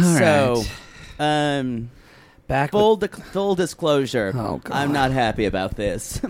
All so, right. um, back full di- full disclosure, Oh, God. I'm not happy about this.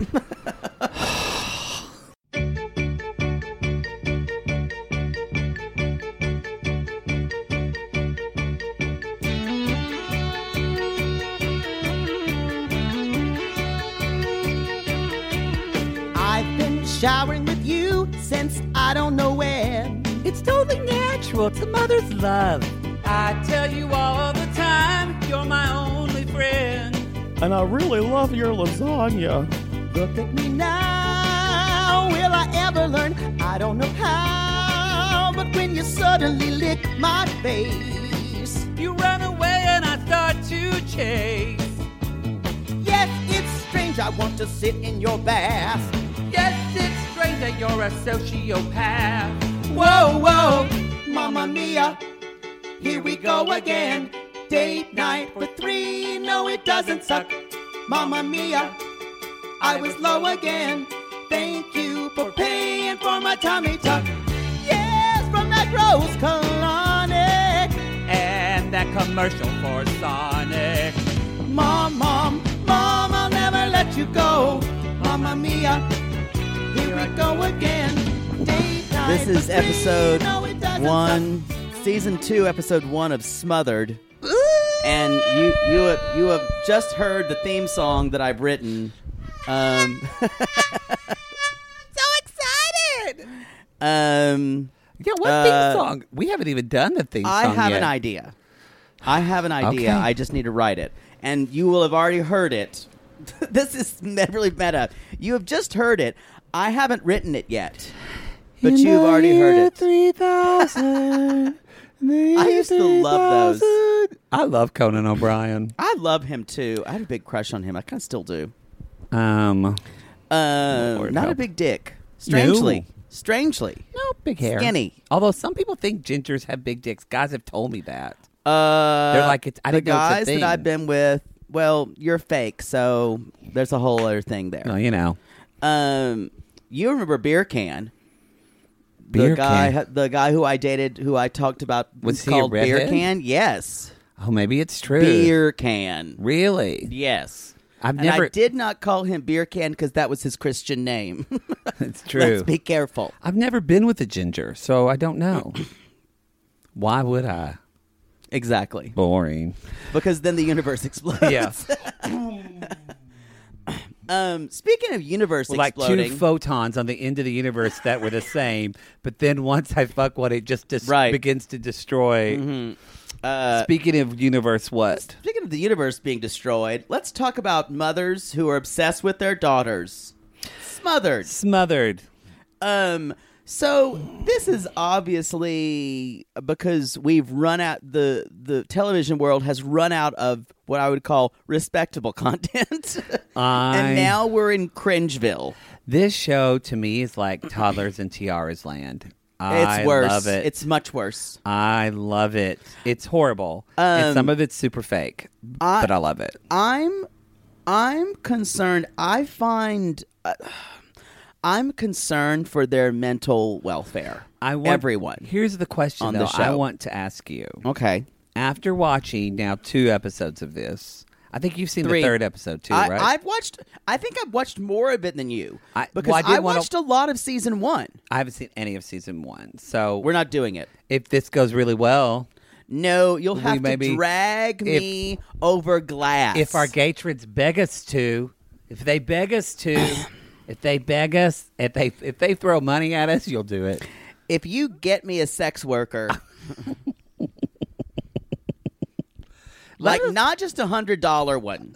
I've been showering with you since I don't know when. It's totally natural. It's a mother's love. I tell you all the time, you're my only friend. And I really love your lasagna. Look at me now. Will I ever learn? I don't know how. But when you suddenly lick my face, you run away and I start to chase. Yes, it's strange. I want to sit in your bath. Yes, it's strange that you're a sociopath. Whoa, whoa, Mamma Mia. Here we go again. Date night for three. No, it doesn't suck. Mamma Mia. I was low again. Thank you for paying for my tummy tuck. Yes, from that Rose Colonic. And that commercial for Sonic. Mom, mom, mom, I'll never let you go. Mamma mia, here we go again. Date night this is for episode three. No, it doesn't one, season two, episode one of Smothered. And you you have, you have just heard the theme song that I've written. Um, so excited. um, Yeah, what Uh, theme song? We haven't even done the theme I song have yet. an idea. I have an idea. Okay. I just need to write it. And you will have already heard it. this is me- really meta. You have just heard it. I haven't written it yet. But In you've the already heard year it. 3000. I used to love those. I love Conan O'Brien. I love him too. I had a big crush on him. I kind of still do. Um, Uh, Lord not a help. big dick. Strangely. No. Strangely. no big hair, Skinny. Although some people think gingers have big dicks. Guys have told me that. Uh, They're like, it's- I the didn't know it's a guys thing. that I've been with. Well, you're fake, so there's a whole other thing there. Oh, you know, Um, you remember Beer Can? the Beer guy, can. the guy who I dated, who I talked about, Was he a called Beer redhead? Can. Yes, Oh, maybe it's true. Beer Can. Really? Yes, I've And never. I did not call him Beer Can because that was his Christian name. It's true. Let's be careful. I've never been with a ginger, so I don't know. Why would I? Exactly, Boring. because then the universe explodes. Um, speaking of universe like exploding, two photons on the end of the universe that were the same, but then once I fuck one, it just dis- Right. Mm-hmm. Uh, begins to destroy. Speaking of universe, what? Speaking of the universe being destroyed, let's talk about mothers who are obsessed with their daughters. Smothered. Smothered. Um so this is obviously because we've run out the the television world has run out of what I would call respectable content. I- and now we're in Cringeville. This show to me is like toddlers in tiaras land. I It's worse. love it. It's much worse. I love it. It's horrible, and Um, some of it's super fake, but I love it. I'm I'm concerned. I find uh, I'm concerned for their mental welfare. I want everyone. Here's the question on though. the I show. Oh. want to ask you okay. after watching now two episodes of this. I think you've seen Three. the third episode too, I, right? I've watched. I think I've watched more of it than you I- because well, I did I wanna- watched a lot of season one. I haven't seen any of season one, so We're not doing it. if this goes really well, No, you'll We have to maybe- drag if- me over glass. if our gatrons beg us to, if they beg us to, if they beg us, if they if they throw money at us, you'll do it. if you get me a sex worker, like not just a hundred dollar one.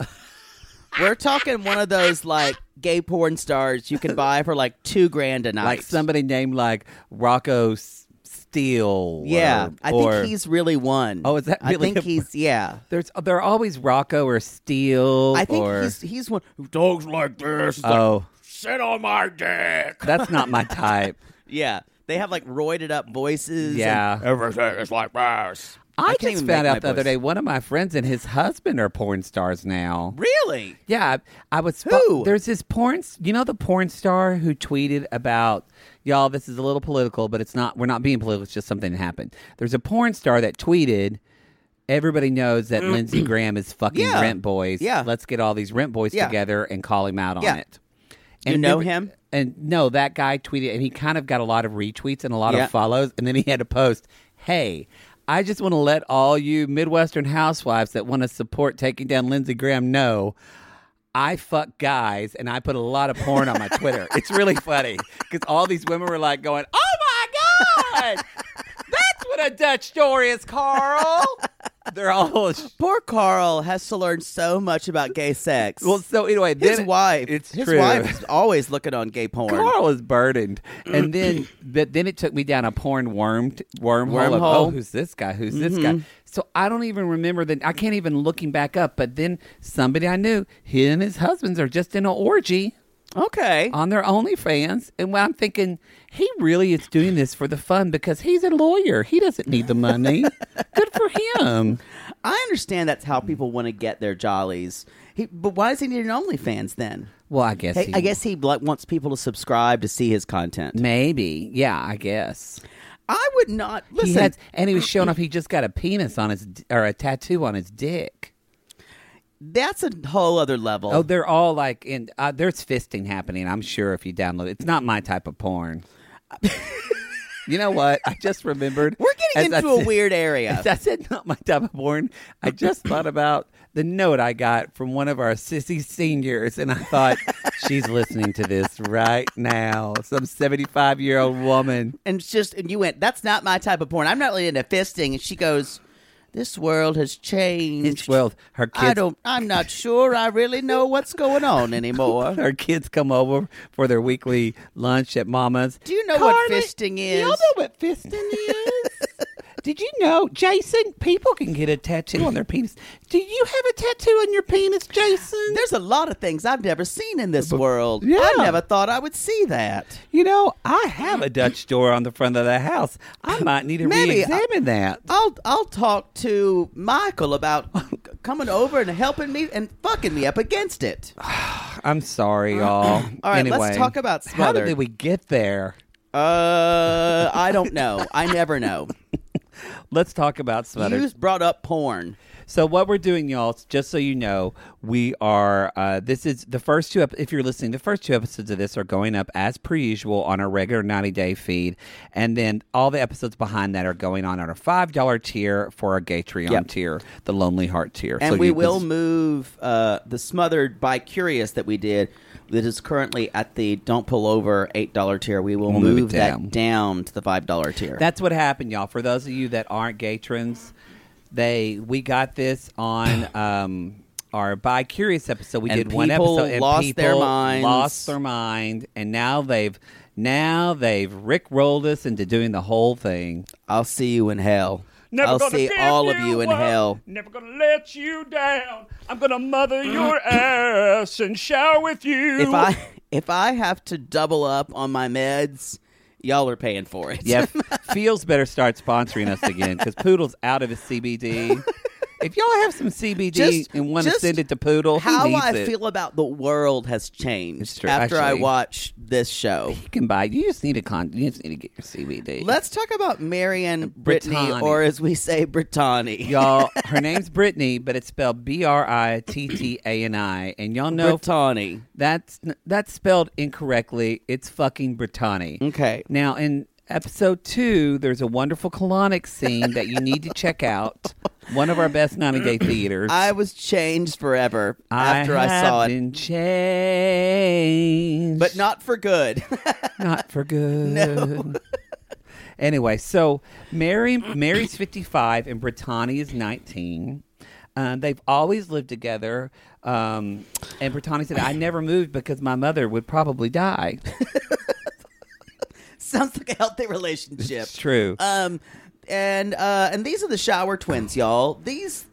We're talking one of those like gay porn stars you can buy for like two grand a night. Like somebody named like Rocco S- Steele. yeah. or- I or- think he's really one. Oh, is that I really think him? he's yeah. There's there are always Rocco or Steele. I think or, he's he's one who dogs like this. oh, Sit on my dick. that's not my type. yeah, they have like roided up voices. yeah. Everything is like this. I, can't just even make found my out the other voice. day one of my friends and his husband are porn stars now. and- really? Yeah, I, I was. fo- Who? There's this porn. s- You know the porn star who tweeted about y'all. This is a little political, but it's not. We're not being political. It's just something that happened. There's a porn star that tweeted. Everybody knows that Lindsey Graham is fucking Yeah. rent boys. Yeah. let's get all these rent boys Yeah. together and call him out on Yeah. it. You know remember- him? And no, that guy tweeted, and he kind of got a lot of retweets and a lot Yeah. of follows, and then he had to post, "Hey." I just want to let all you Midwestern housewives that want to support taking down Lindsey Graham know I fuck guys and I put a lot of porn on my Twitter. It's really funny because all these women were like going, "Oh my god, that's what a Dutch door is, Carl." They're all Poor Carl has to learn so much about gay sex. well. So anyway, then his wife, It's his true. wife is always looking on gay porn. Carl is burdened, and then but then it took me down a porn worm wormhole. Of, Wormhole. Mm-hmm. oh, who's this guy? Who's this guy? So I don't even remember that. I can't even looking back up. But then somebody I knew, he and his husbands are just in an orgy. Okay, on their OnlyFans, and when I'm thinking he really is doing this for the fun because he's a lawyer. He doesn't need the money. Good for him. I understand that's how people want to get their jollies. He, but why does he need an OnlyFans then? Well, I guess. Hey, he, Mm. I guess he like, wants people to subscribe to see his content. maybe. Yeah, I guess. I would not He listen. had, and he was showing off. He just got a penis on his d- or a tattoo on his dick. that's a whole other level. Oh, they're all like in. Uh, there's fisting happening. I'm sure if you download it, it's not my type of porn. you know what? I just remembered. We're getting as into I a said- weird area. As I said, not my type of porn. I just thought about the note I got from one of our sissy seniors, and I thought she's listening to this right now. Some seventy-five-year-old woman. and it's just and you went that's not my type of porn i'm not really into fisting and she goes this world has changed This world, her kids. i don't i'm not sure i really know what's going on anymore Her kids come over for their weekly lunch at Mama's. Do you know what Carly, fisting is? Y'all know what fisting is? Did you know, Jason? People can get a tattoo on their penis. Do you have a tattoo on your penis, Jason? there's a lot of things i've never seen in this world yeah. i never thought i would see that You know, I have a Dutch door on the front of the house. I might need to Maybe I- re-examine that. I'll I'll talk to Michael about c- coming over and helping me and fucking me up against it. I'm sorry, y'all. Uh, All right, anyway, let's talk about how Smothered. did we get there? Uh, I don't know. I never know. Let's talk about smothered. You brought up porn. So what we're doing, y'all, just so you know, we are. Uh, this is the first two. Ep- if you're listening, the first two episodes of this are going up as per usual on our regular 90 day feed, and then all the episodes behind that are going on on our five dollar tier for our Gatreon Yep. tier, the Lonely Heart tier. And So we you can will s- move uh, the smothered by curious that we did that is currently at the don't pull over eight dollar tier. We will move move, it down. that down to the five dollar tier. That's what happened, y'all. For those of you that aren't Gatrons, they we got this on um, our Bi Curious episode. We And did one people episode, and lost their people minds. lost their mind, and now they've now they've rickrolled us into doing the whole thing. I'll see you in hell. Never I'll gonna see give all of you in up. hell. Never gonna let you down. I'm gonna mother your ass and shower with you. If I if I have to double up on my meds, y'all are paying for it. Yeah, Feels better start sponsoring us again because Poodle's out of his CBD. If y'all have some CBD and want to just send it to Poodle, he how needs I it. feel about the world has It's changed true, after I actually. watch this show. you can buy. You just need a con. You just need to get your CBD. Let's talk about Marion Brittany, Brittany. or as we say, Brittany. y'all. Her name's Brittany, but it's spelled B R I T T A N I, and y'all know Brittany. that's that's spelled incorrectly. It's fucking Brittany. Okay. Now in episode two, there's a wonderful colonic scene that you need to check out. One of our best 90 Day theaters. I was changed forever I after I saw have it, been changed, but not for good. not for good. anyway, so Mary Mary's fifty five and Brittany is nineteen. Um, they've always lived together. Um, and Brittany said, "I never moved because my mother would probably die." Sounds like a healthy relationship. It's true. Um, and uh, and these are the shower twins, y'all. These,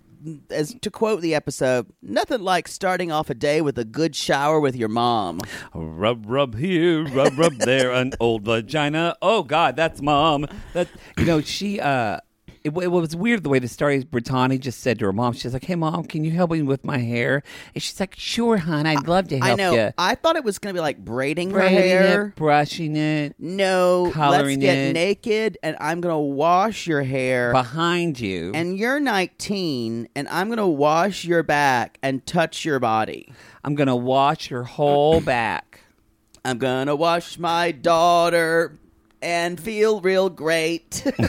as to quote the episode, nothing like starting off a day with a good shower with your mom. rub, rub here, rub, rub there. An old vagina. Oh God, that's mom. That you know she. uh it, wa- it was weird the way the story is. Brittany just said to her mom, she's like, "Hey, mom, can you help me with my hair?" And she's like, "Sure, hon, I'd love to I help know. you." I thought it was gonna be like braiding, Braiding her hair. it, brushing it no, let's coloring get it. naked, and I'm gonna wash your hair. behind you. and you're 19, and I'm gonna wash your back and touch your body. I'm gonna wash your whole back. I'm gonna wash my daughter and feel real great.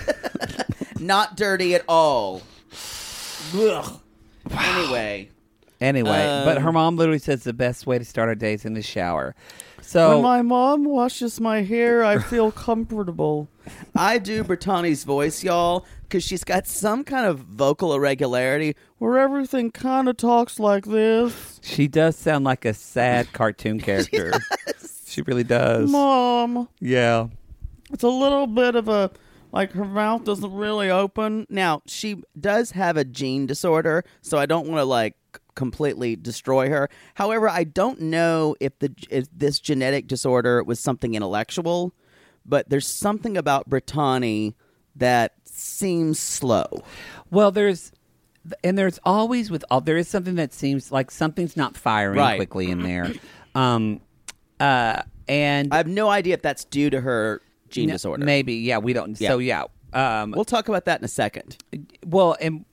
Not dirty at all. Ugh. Anyway, Anyway, Uh, but um, her mom literally says the best way to start our day is in the shower. So mom washes my hair, I feel comfortable. I do Brittany's voice, y'all, because she's got some kind of vocal irregularity where everything kind of talks like this. she does sound like a sad cartoon character. She really does. Mom, Yeah. it's a little bit of a like her mouth doesn't really open now she does have a gene disorder so i don't want to like completely destroy her however i don't know if the if this genetic disorder was something intellectual but there's something about brittany that seems slow Well, there's and there's always with all there is something that seems like something's not firing Right. quickly in there. Um uh and i have no idea if that's due to her gene n- disorder Maybe, yeah, we don't so yeah. Um we'll talk about that in a second well and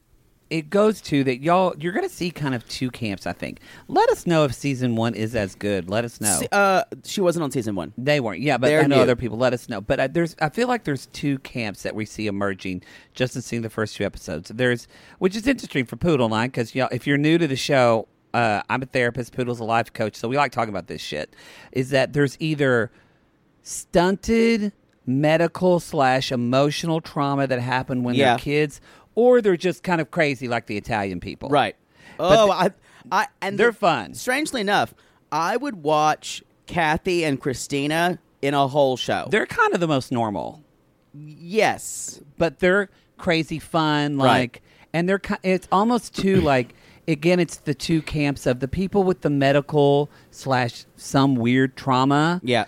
it goes to that y'all you're gonna see kind of two camps i think let us know if season one is as good let us know uh she wasn't on season one they weren't yeah but they're i know new. other people let us know but I, there's i feel like there's two camps that we see emerging just in seeing the first two episodes there's which is interesting for poodle and i because y'all if you're new to the show uh, i'm a therapist poodle's a life coach so we like talking about this shit is that there's either stunted medical slash emotional trauma that happened when Yeah. they're kids or they're just kind of crazy like the italian people Right. But oh, the- I, I, and they're the- fun. Strangely enough, I would watch Kathy and Christina in a whole show. they're kind of the most normal yes, but they're crazy fun like Right. and they're ki- it's almost too like again it's the two camps of the people with the medical slash some weird trauma yeah,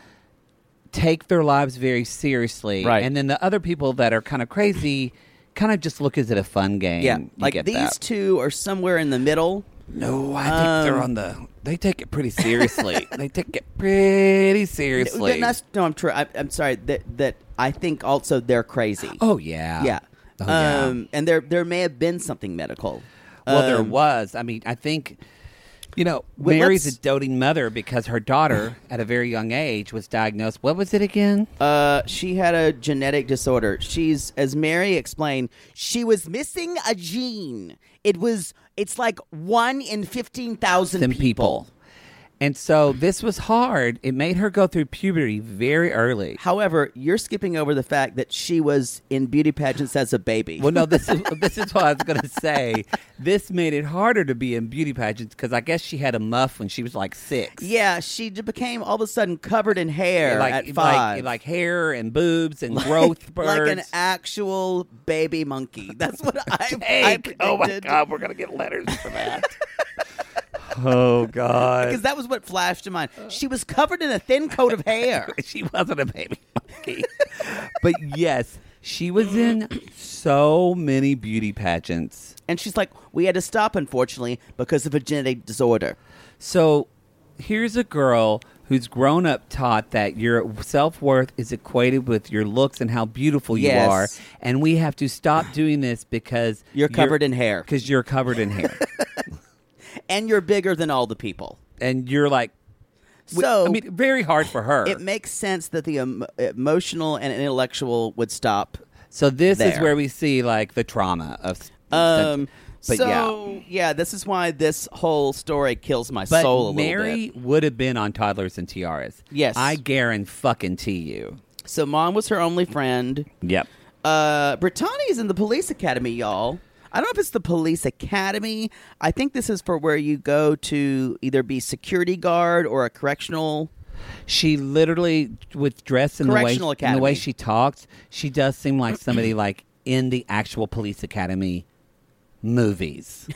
take their lives very seriously Right. and then the other people that are kind of crazy kind of just look as it a fun game yeah. You Like get these that. two are somewhere in the middle. no i think they're on the they take it pretty seriously they take it pretty seriously Th- that's- no, I'm true. I, I'm sorry that that I think also they're crazy. oh yeah yeah. Oh, yeah. um, and there there may have been something medical. Well, there Um, was. I mean, I think, you know, Well, Mary's let's- a doting mother because her daughter, at a very young age, was diagnosed. What was it again? Uh, she had a genetic disorder. She's, as Mary explained, she was missing a gene. It was, it's like one in 15,000 Them people. people. And so this was hard. It made her go through puberty very early. However, you're skipping over the fact that she was in beauty pageants as a baby. Well, no, this is this is what I was gonna say. This made it harder to be in beauty pageants because I guess she had a muff when she was like six. yeah, she j- became all of a sudden covered in hair like at five. like, like hair and boobs and growth Like- birds. Like an actual baby monkey. That's what I, I Egg. oh my predicted. god, we're gonna get letters for that. oh god. Because that was what flashed to mind. She was covered in a thin coat of hair. she wasn't a baby monkey. but yes, she was in so many beauty pageants. And she's like, we had to stop, unfortunately, because of a genetic disorder. So here's a girl who's grown up taught that your self worth is equated with your looks and how beautiful you Yes. are. And we have to stop doing this because You're covered in hair. Because you're covered in hair. And you're bigger than all the people. and you're like, w- So I mean, uh, very hard for her. it makes sense that the em- emotional and intellectual would stop. so this is there. where we see like the trauma of. Um, but yeah. so, yeah. this is why this whole story kills my But soul a little bit. Mary would have been on Toddlers and Tiaras. Yes. I guarantee fucking to you. So mom was her only friend. Yep. Uh, Brittany is in the police academy, y'all. I don't know if it's the police academy. I think this is for where you go to either be security guard or a correctional. She literally, with dress and the way Correctional and the way Academy. she talks, she does seem like somebody like in the actual police academy movies,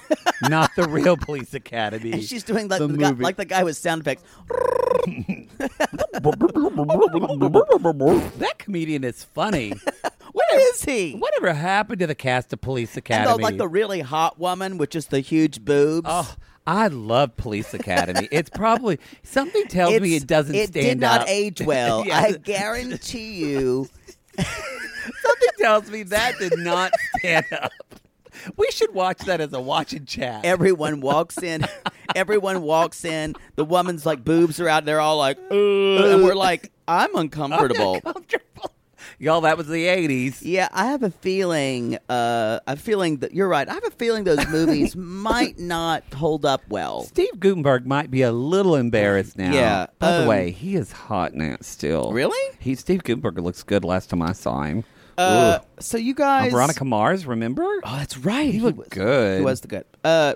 not the real police academy. And she's doing like the the, guy, movie. like the guy with sound effects. that comedian is funny. Where is he? Whatever happened to the cast of Police And Academy? the- like the really hot woman with just the huge boobs. oh, I love Police Academy. it's probably something tells me It's- it doesn't It stand did not up. age well. Yeah. I guarantee you. Something tells me that did not stand up. We should watch that as a watch and chat. Everyone walks in. Everyone walks in. The woman's like boobs are out. They're all like, "Ugh," and we're like, I'm Oh uncomfortable. Comfortable. Y'all, that was the 80s. Yeah, I have a feeling. Uh, a feeling that you're right. I have a feeling those movies might not hold up well. Steve Gutenberg might be a little embarrassed now. Yeah, By the um, way, he is hot now still. Really? He Steve Gutenberg looks good last time I saw him. Uh, Ooh. so you guys, Veronica Mars, remember? Oh, that's right. He, looked was, good. He was the good. Uh,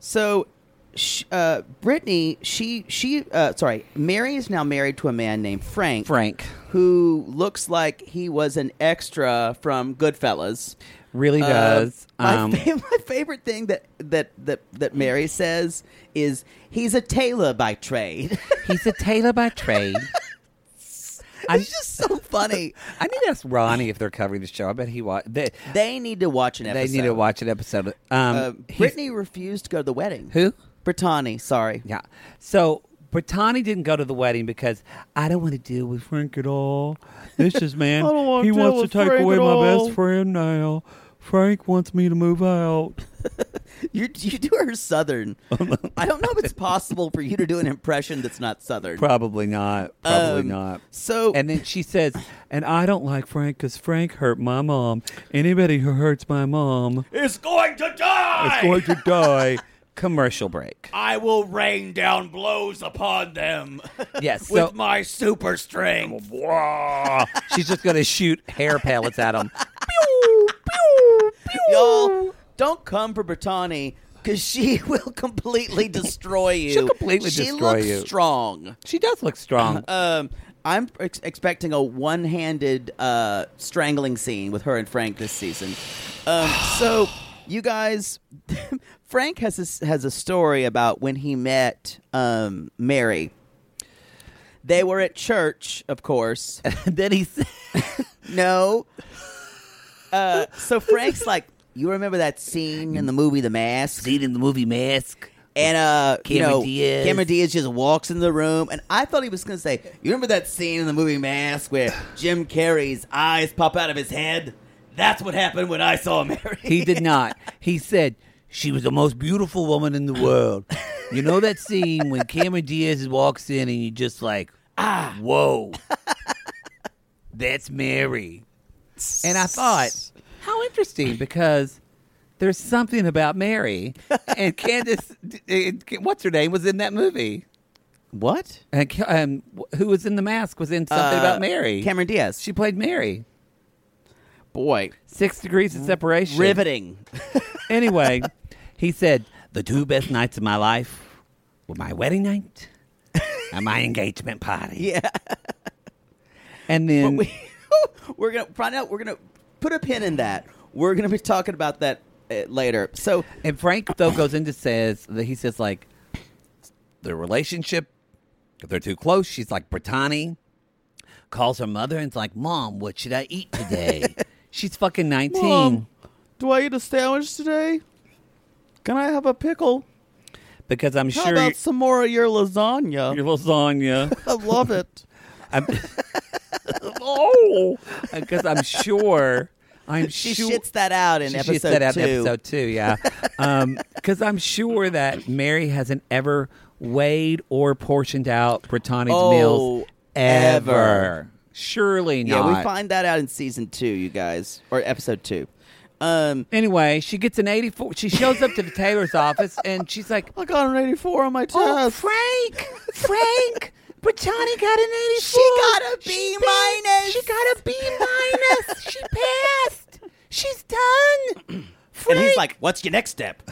so, sh- uh, Brittany, she she uh, sorry, Mary is now married to a man named Frank. Frank. who looks like he was an extra from Goodfellas. Really uh, does. Um, my, fa- my favorite thing that, that that that Mary says is he's a tailor by trade. he's a tailor by trade. I it's just so funny. I need to ask Ronnie if they're covering the show. I bet he watched. They, They need to watch an they episode. need to watch an episode. Um, Uh, he's- Brittany refused to go to the wedding. Who? Brittany. Sorry. Yeah. So Brittany didn't go to the wedding because I don't want to deal with Frank at all. This is man. I don't wanna he deal wants with to take Frank away at my all." best friend now. Frank wants me to move out. You you do her southern. I don't know if it's possible for you to do an impression that's not southern. Probably not. Probably not. so- and then she says, "And I don't like Frank because Frank hurt my mom. Anybody who hurts my mom Is going to die! is going to die." Commercial break. I will rain down blows upon um, them Yes. So uh, with my super strength. she's just going to shoot hair pellets at him. Y'all don't come for Brittany because she will completely destroy you. She'll completely She destroy looks you. Strong. She does look strong. Um, I'm ex- expecting a one-handed uh, strangling scene with her and Frank this season. Um, so you guys, Frank has a, has a story about when he met um, Mary. They were at church, of course. and then he said, No. Uh, so Frank's like, you remember that scene in the movie The Mask? seen in the movie Mask. And uh, you Cameron know, Diaz. Cameron Diaz just walks in the room, and I thought he was gonna say, "You remember that scene in the movie Mask where Jim Carrey's eyes pop out of his head? That's what happened when I saw Mary." He did not. He said she was the most beautiful woman in the world. You know that scene when Cameron Diaz walks in and you're just like, ah, whoa, that's Mary. And I thought, how interesting because there's something about Mary and Candace. and what's her name was in that movie, what? and Ca- um, who was in the mask was in something Uh, about Mary. Cameron Diaz. she played Mary. boy, Six degrees of separation. riveting. Anyway, he said, The two best nights of my life were my wedding night and my engagement party. Yeah. And then, we, we're gonna find out. We're gonna put a pin in that. We're gonna be talking about that uh, later. So and Frank, though, goes into says, that He says, like, their relationship, if they're too close, she's like, Brittany calls her mother and's like, Mom, what should I eat today? she's fucking 19. Mom, Do I eat a sandwich today? Can I have a pickle? because I'm How sure about some more of your lasagna? your lasagna. I love it. I'm, Oh, because I'm sure. I'm She sure shits that out in she episode shits that out two. in episode two, yeah. Because I'm sure that Mary hasn't ever weighed or portioned out Britannia's Oh, meals ever. ever. Surely Yeah, not. we find that out in season two, you guys, or episode two. Um, anyway, she gets an 84. She shows up to the tailor's office and she's like, I got an eighty-four on my test. Oh, Frank! Frank! Brittany got an 84. She got a B pa- minus. She got a B minus. she passed. She's done. Frank. And he's like, "What's your next step?"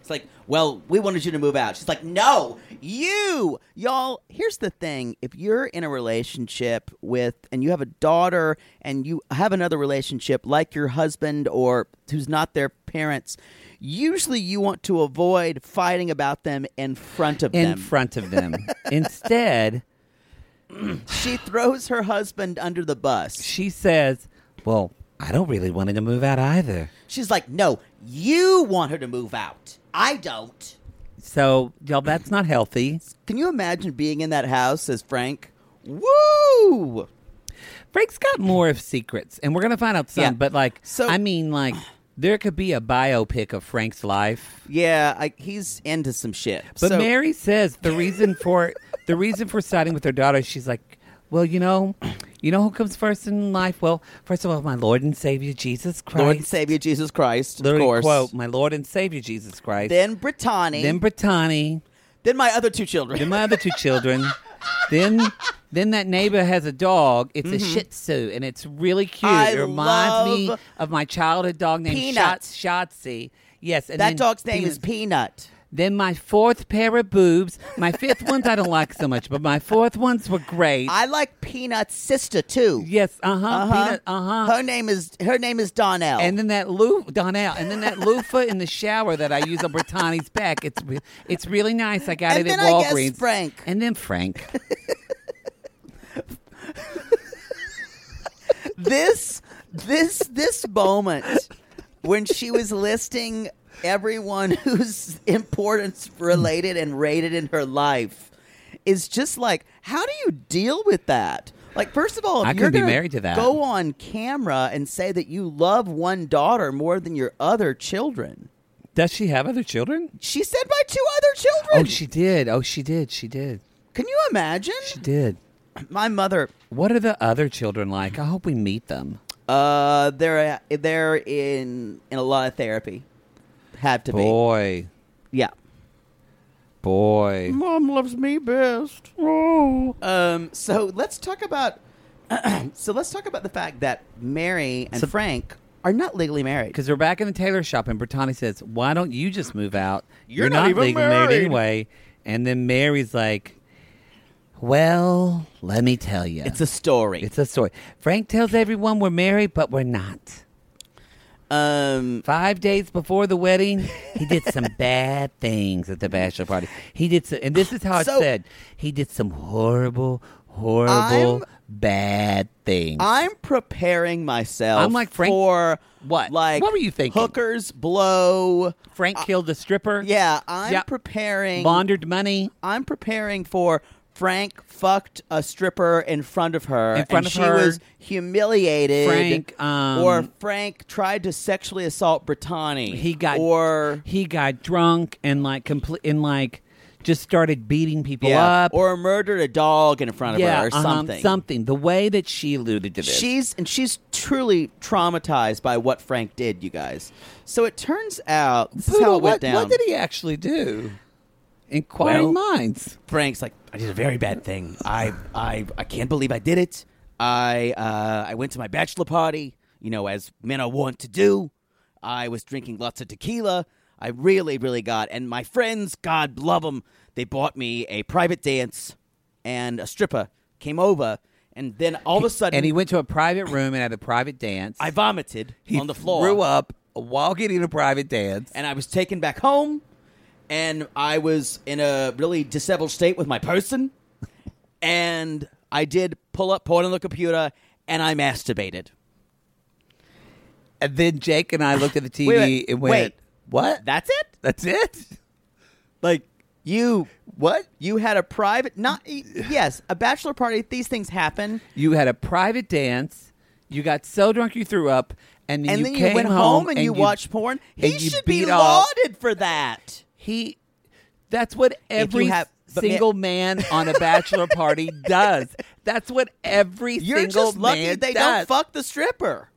It's like, "Well, we wanted you to move out." She's like, "No, you, y'all." Here's the thing: if you're in a relationship with, and you have a daughter, and you have another relationship like your husband or who's not their parents, usually you want to avoid fighting about them in front of in them. front of them. Instead, she throws her husband under the bus. she says, Well, I don't really want him to move out either. She's like, "No, you want her to move out. I don't." So, y'all, that's not healthy. Can you imagine being in that house, says Frank? Woo! Frank's got more of secrets, and we're going to find out some, Yeah. but like, So- I mean, like, there could be a biopic of Frank's life. Yeah, I, he's into some shit. But So- Mary says the reason for the reason for siding with her daughter, she's like, well, you know, you know who comes first in life? Well, first of all, my Lord and Savior Jesus Christ. Lord and Savior Jesus Christ, Literally of course. quote, my Lord and Savior Jesus Christ. Then Brittany. Then, then Brittany. my other two children. Then my other two children. then then that neighbor has a dog. It's a Shih Tzu, and it's really cute. Mm-hmm. I it reminds me love of my childhood dog named Peanut. Shots Shotzi. Yes, and that then dog's name is Peanut. Peanut. Then my fourth pair of boobs. My fifth ones I don't like so much, but my fourth ones were great. I like Peanut's sister too. yes, uh huh, Uh-huh. peanut, uh huh. Her name is her name is Donnell. And then that loo Donnell, and then that loofah in the shower that I use on Brittany's back. It's re- it's really nice. I got And it at then I guess Walgreens. Frank. And then Frank. this this this moment when she was listing everyone who's importance related and rated in her life is just like how do you deal with that like first of all if I you're couldn't be gonna married to that. go on camera and say that you love one daughter more than your other children Does she have other children? she said my two other Oh, children she did. Oh, she did. She did. can you imagine She did. my mother What are the other children like? I hope we meet them. uh they're they're in in a lot of therapy have to Boy, be yeah boy. Mom loves me best. Oh. Um, so let's talk about so let's talk about the fact that Mary and Frank are not legally married. Because we're back in the tailor shop, and Brittany says, "Why don't you just move out? You're not even legally married." anyway." And then Mary's like, "Well, let me tell you, It's a story. it's a story. Frank tells everyone we're married, but we're not. um Five days before the wedding, he did some bad things at the bachelor party. He did, some, and this is how it So- said: he did some horrible, horrible, I'm- bad things. I'm preparing myself I'm like, Frank- for What? Like What were you thinking? Hookers blow. Frank killed a stripper. uh, Yeah, I'm Yeah. preparing laundered money. I'm preparing for Frank fucked a stripper in front of her, In front and of she her. was humiliated. Frank, um, or Frank tried to sexually assault Brittany. he got or he got drunk and like complete and like just started beating people yeah, up or murdered a dog in front of yeah her, or uh-huh, something. something the way that she alluded to this She's and she's truly traumatized by what Frank did, you guys. So it turns out this is how it went what, down. what did he actually do inquiring minds Frank's like, I did a very bad thing. I I I can't believe I did it. I uh, I went to my bachelor party, you know, as men are wont to do. I was drinking lots of tequila. I really, really got, and my friends, God love them, they bought me a private dance, and a stripper came over, and then all of a sudden, and he went to a private room and had a private dance I vomited he on the floor, threw up while getting a private dance and I was taken back home, and I was in a really disheveled state with my person, and I did pull up porn on the computer, and I masturbated. And then Jake and I looked at the TV Wait, wait, and went, wait. "What? That's it? That's it? Like You what? you had a private not y- yes, a bachelor party, these things happen. You had a private dance. You got so drunk you threw up, and then, And you then you, came went home and, you watched porn. He and you should be beat off. lauded for that. He. That's what every have- but man- single man on a bachelor party does. That's what every You're single just lucky man they does. don't fuck the stripper.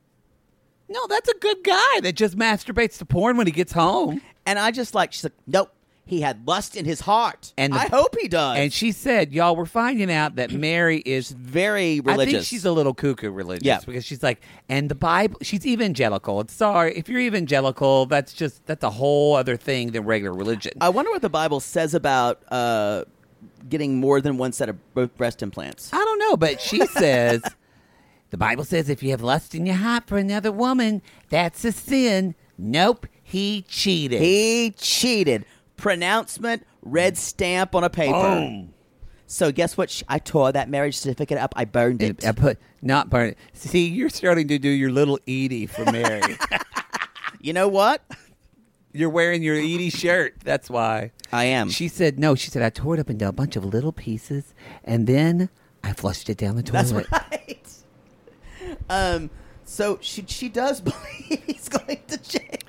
No, that's a good guy that just masturbates to porn when he gets home. And I just like she's like, nope. He had lust in his heart. And the- I hope he does. And she said, "Y'all, we're finding out that Mary is very religious. I think she's a little cuckoo religious Yeah. because she's like, and the Bible. She's evangelical. And sorry if you're evangelical. That's just that's a whole other thing than regular religion. I wonder what the Bible says about uh, getting more than one set of both breast implants. I don't know, but she says the Bible says if you have lust in your heart for another woman, that's a sin. Nope, he cheated. He cheated. Pronouncement, red stamp on a paper. So guess what? Sh- I tore that marriage certificate up. I burned it. I put not burn it. See, you're starting to do your little Edie for Mary. You know what? You're wearing your Edie shirt. That's why. I am. She said, no, she said, I tore it up into a bunch of little pieces and then I flushed it down the toilet. That's right. Um. So she she does believe he's going to change.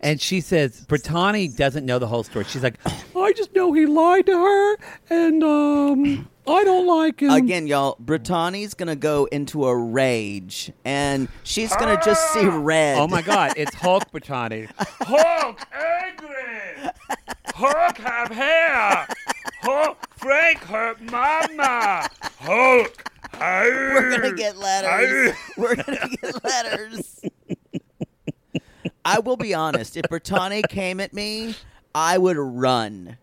And she says, Brittani doesn't know the whole story. She's like, I just know he lied to her and um, I don't like him. Again, y'all, Brittani's gonna go into a rage, and she's gonna just see red. Oh my God, it's Hulk Brittani. Hulk angry. Hulk have hair. Hulk Frank hurt mama. Hulk. We're gonna get letters. We're gonna get letters. I will be honest. If Brittany came at me, I would run.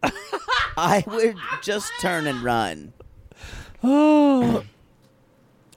I would just turn and run.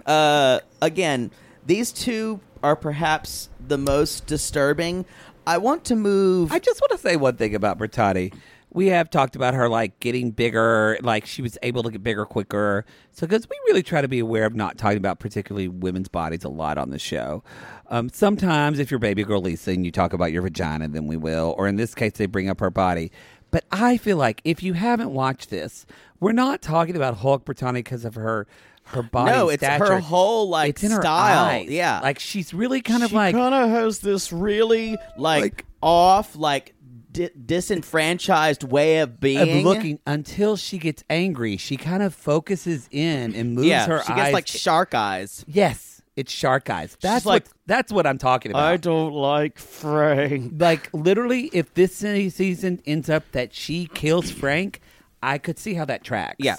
uh, again, these two are perhaps the most disturbing. I want to move. I just want to say one thing about Bertati. We have talked about her like getting bigger, like she was able to get bigger quicker. So, because we really try to be aware of not talking about particularly women's bodies a lot on the show. Um, sometimes, if you're baby girl Lisa and you talk about your vagina, then we will. Or in this case, they bring up her body. But I feel like if you haven't watched this, we're not talking about Hulk Bertani because of her her body. No, and it's her stature. whole, like, It's in her style. eyes. Yeah. like she's really kind of she like kind of has this really like, off like di- disenfranchised way of being of looking until she gets angry. She kind of focuses in and moves yeah her she eyes. gets like shark eyes yes, it's shark eyes. That's like- what that's what I'm talking about. don't like frank like literally, if this se- season ends up that she kills Frank, I could see how that tracks. Yeah.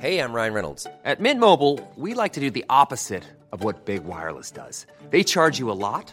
Hey, I'm Ryan Reynolds. At Mint Mobile, we like to do the opposite of what Big Wireless does. They charge you a lot,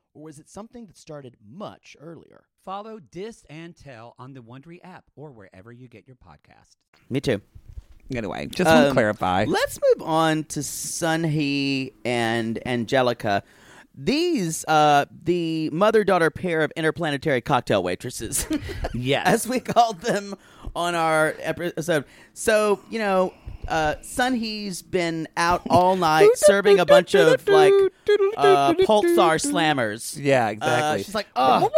or was it something that started much earlier? Follow Dis and Tell on the Wondery app or wherever you get your podcast. Me too. Anyway, just Um, Let's move on to Sunhee and Angelica. These, uh, the mother daughter pair of interplanetary cocktail waitresses. Yes. As we called them on our episode. So, you know, uh, Sunhee's been out all night serving a bunch of, like, uh, Pulsar slammers. Yeah, Uh, exactly. she's like, oh.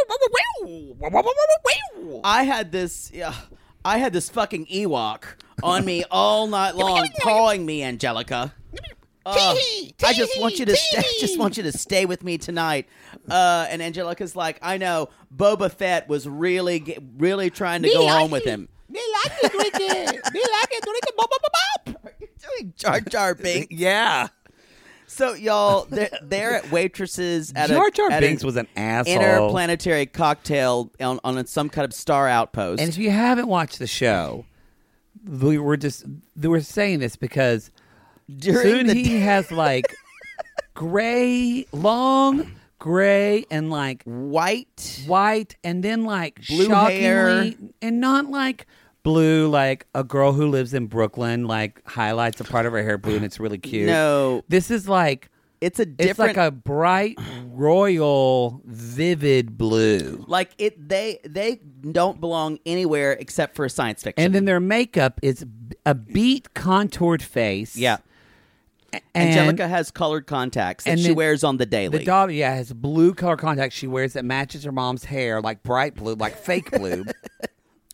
I had this. Yeah, I had this fucking Ewok on me all night long, pawing me, Angelica. Uh, I just want you to stay, just want you to stay with me tonight. Uh, and Angelica's like, I know Boba Fett was really ge- really trying to go home with him. Me like it, Me like it, Are you doing Jar Jar Binks? yeah. So y'all, they're, they're at waitresses at Jar a, Jar at Binks was an asshole. Interplanetary cocktail on, on some kind of star outpost. And if you haven't watched the show, we were just we were saying this because soon he has like gray, long gray, and like white, white, and then like Blue shockingly, hair. and not like blue, like a girl who lives in Brooklyn, like highlights a part of her hair blue, and it's really cute. No. this is like. it's a It's different like a bright, royal, vivid blue. like it. They they don't belong anywhere except for science fiction. And then their makeup is b- a beat contoured face. yeah, And Angelica has colored contacts that and she then wears on the daily. The daughter, yeah, has blue color contacts she wears that matches her mom's hair, like bright blue, like fake blue.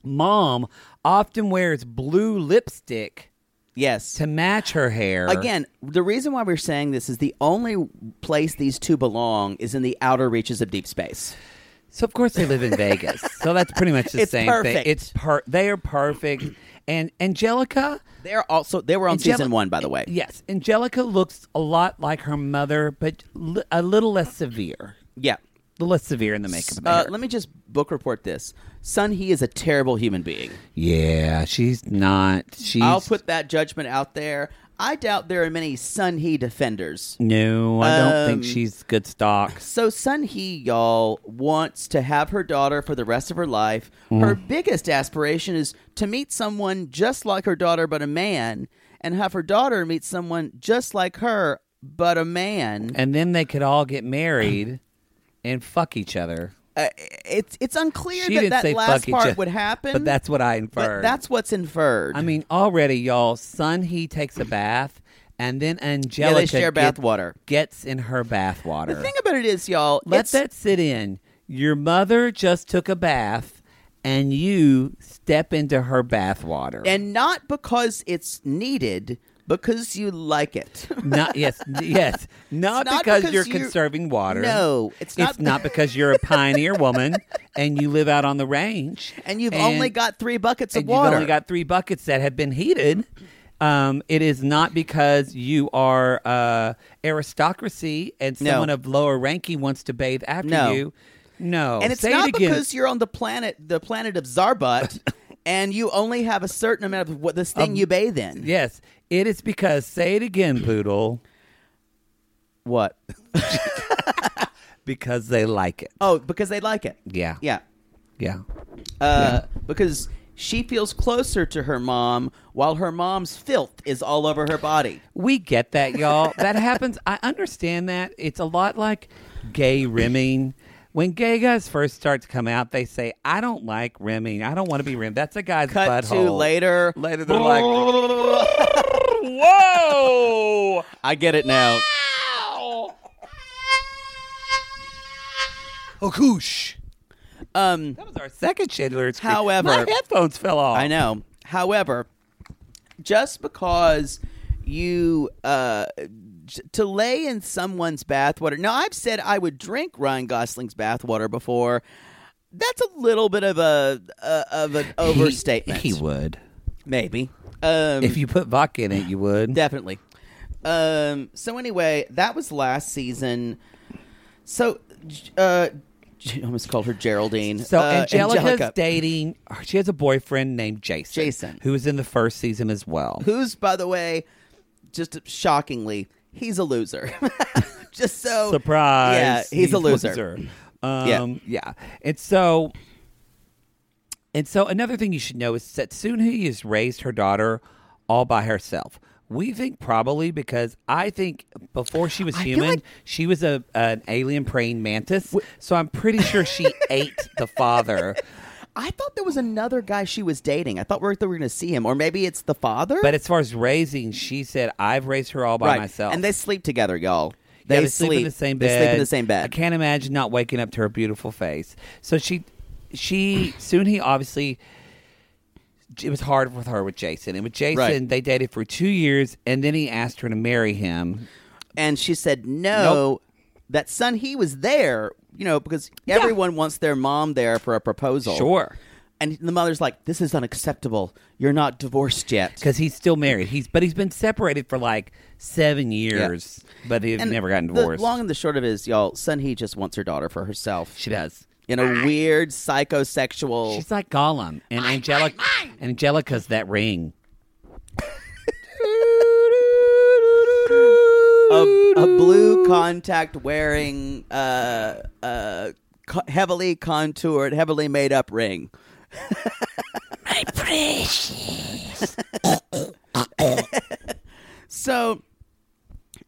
Mom often wears blue lipstick yes, to match her hair. Again, the reason why we're saying this is the only place these two belong is in the outer reaches of deep space. So of course they live in Vegas. So that's pretty much the It's same thing. perfect. It's per they are perfect. And Angelica They're also they were on Angeli- season one, by the way. Yes, Angelica looks a lot like her mother, but li- a little less severe. Yeah. The less severe in the makeup. and the Uh, hair. let me just book report this. Son, he is a terrible human being. yeah, she's not. She's. I'll put that judgment out there. I doubt there are many Sun He defenders. No, I don't Um, think she's good stocks. So Sun He, y'all, wants to have her daughter for the rest of her life. Mm. Her biggest aspiration is to meet someone just like her daughter, but a man, and have her daughter meet someone just like her, but a man. And then they could all get married and fuck each other. Uh, it's it's unclear She that didn't say that last fuck each part other, would happen, But that's what I but inferred. that's what's inferred. I mean, already, y'all, Sun He takes a bath, and then yeah, Angelica they share get- bathwater. gets in her bath water. The thing about it is, y'all, Let it's, that sit in. Your mother just took a bath, and you step into her bath water. and not because it's needed, because you like it. not yes, yes, not, not because, because you're you- conserving water. No, it's not- It's not because you're a pioneer woman and you live out on the range, and you've only got three buckets of and water. You've only got three buckets that have been heated. Um, it is not because you are uh, aristocracy and No. someone of lower ranking wants to bathe after No. you. No, and it's Say not it again. because you're on the planet, the planet of Zarbat, and you only have a certain amount of what this Um, thing you bathe in. yes, it is because. Say it again, poodle. What? Because they like it. Oh, because they like it. Yeah. Yeah. Yeah. Uh, Because she feels closer to her mom while her mom's filth is all over her body. We get that, y'all. That happens. I understand that. It's a lot like gay rimming. When gay guys first start to come out, they say, I don't like rimming. I don't want to be rimmed. That's a guy's Cut butthole. to later. Later, they're like, Whoa! I get it now. oh, goosh. Um, That was our second Schindler's Creek. However- my headphones fell off. I know. However, just because you uh, j- to lay in someone's bathwater. Now, I've said I would drink Ryan Gosling's bathwater before. That's a little bit of a uh, of an He- overstatement. He, would. maybe. Um, If you put vodka in it, you would. Definitely. Um, so anyway, that was last season. So, j- uh, j- I almost called her Geraldine. So Uh, Angelica's Angelica, dating. She has a boyfriend named Jason. Jason. who was in the first season as well. who's by the way, just shockingly, he's a loser. just so Surprise! Yeah, he's, a loser. Um, yeah, and so, and so another thing you should know is Setsunhi has raised her daughter all by herself. We think probably because I think before she was I feel human, like- she was a an alien praying mantis. So I'm pretty sure she ate the father. I thought there was another guy she was dating. I thought we were, going to see him, or maybe it's the father. But as far as raising, she said, "I've raised her all by right. myself." and they sleep together, y'all. Yeah, they sleep, in the same bed. They sleep in the same bed. I can't imagine not waking up to her beautiful face. So she, she soon he obviously. It was hard with her with Jason, and with Jason Right. they dated for two years, and then he asked her to marry him. and she said no that son he was there you know because everyone wants their mom there for a proposal Sure, and the mother's like this is unacceptable you're not divorced yet because he's still married. He's but he's been separated for like seven years, but they've And never gotten the divorced. long and the short of it is y'all son he just wants her daughter for herself she does. in a weird psychosexual She's like Gollum, and Angelica. Angelica's that ring. a, a blue contact wearing uh uh co- heavily contoured heavily made up ring so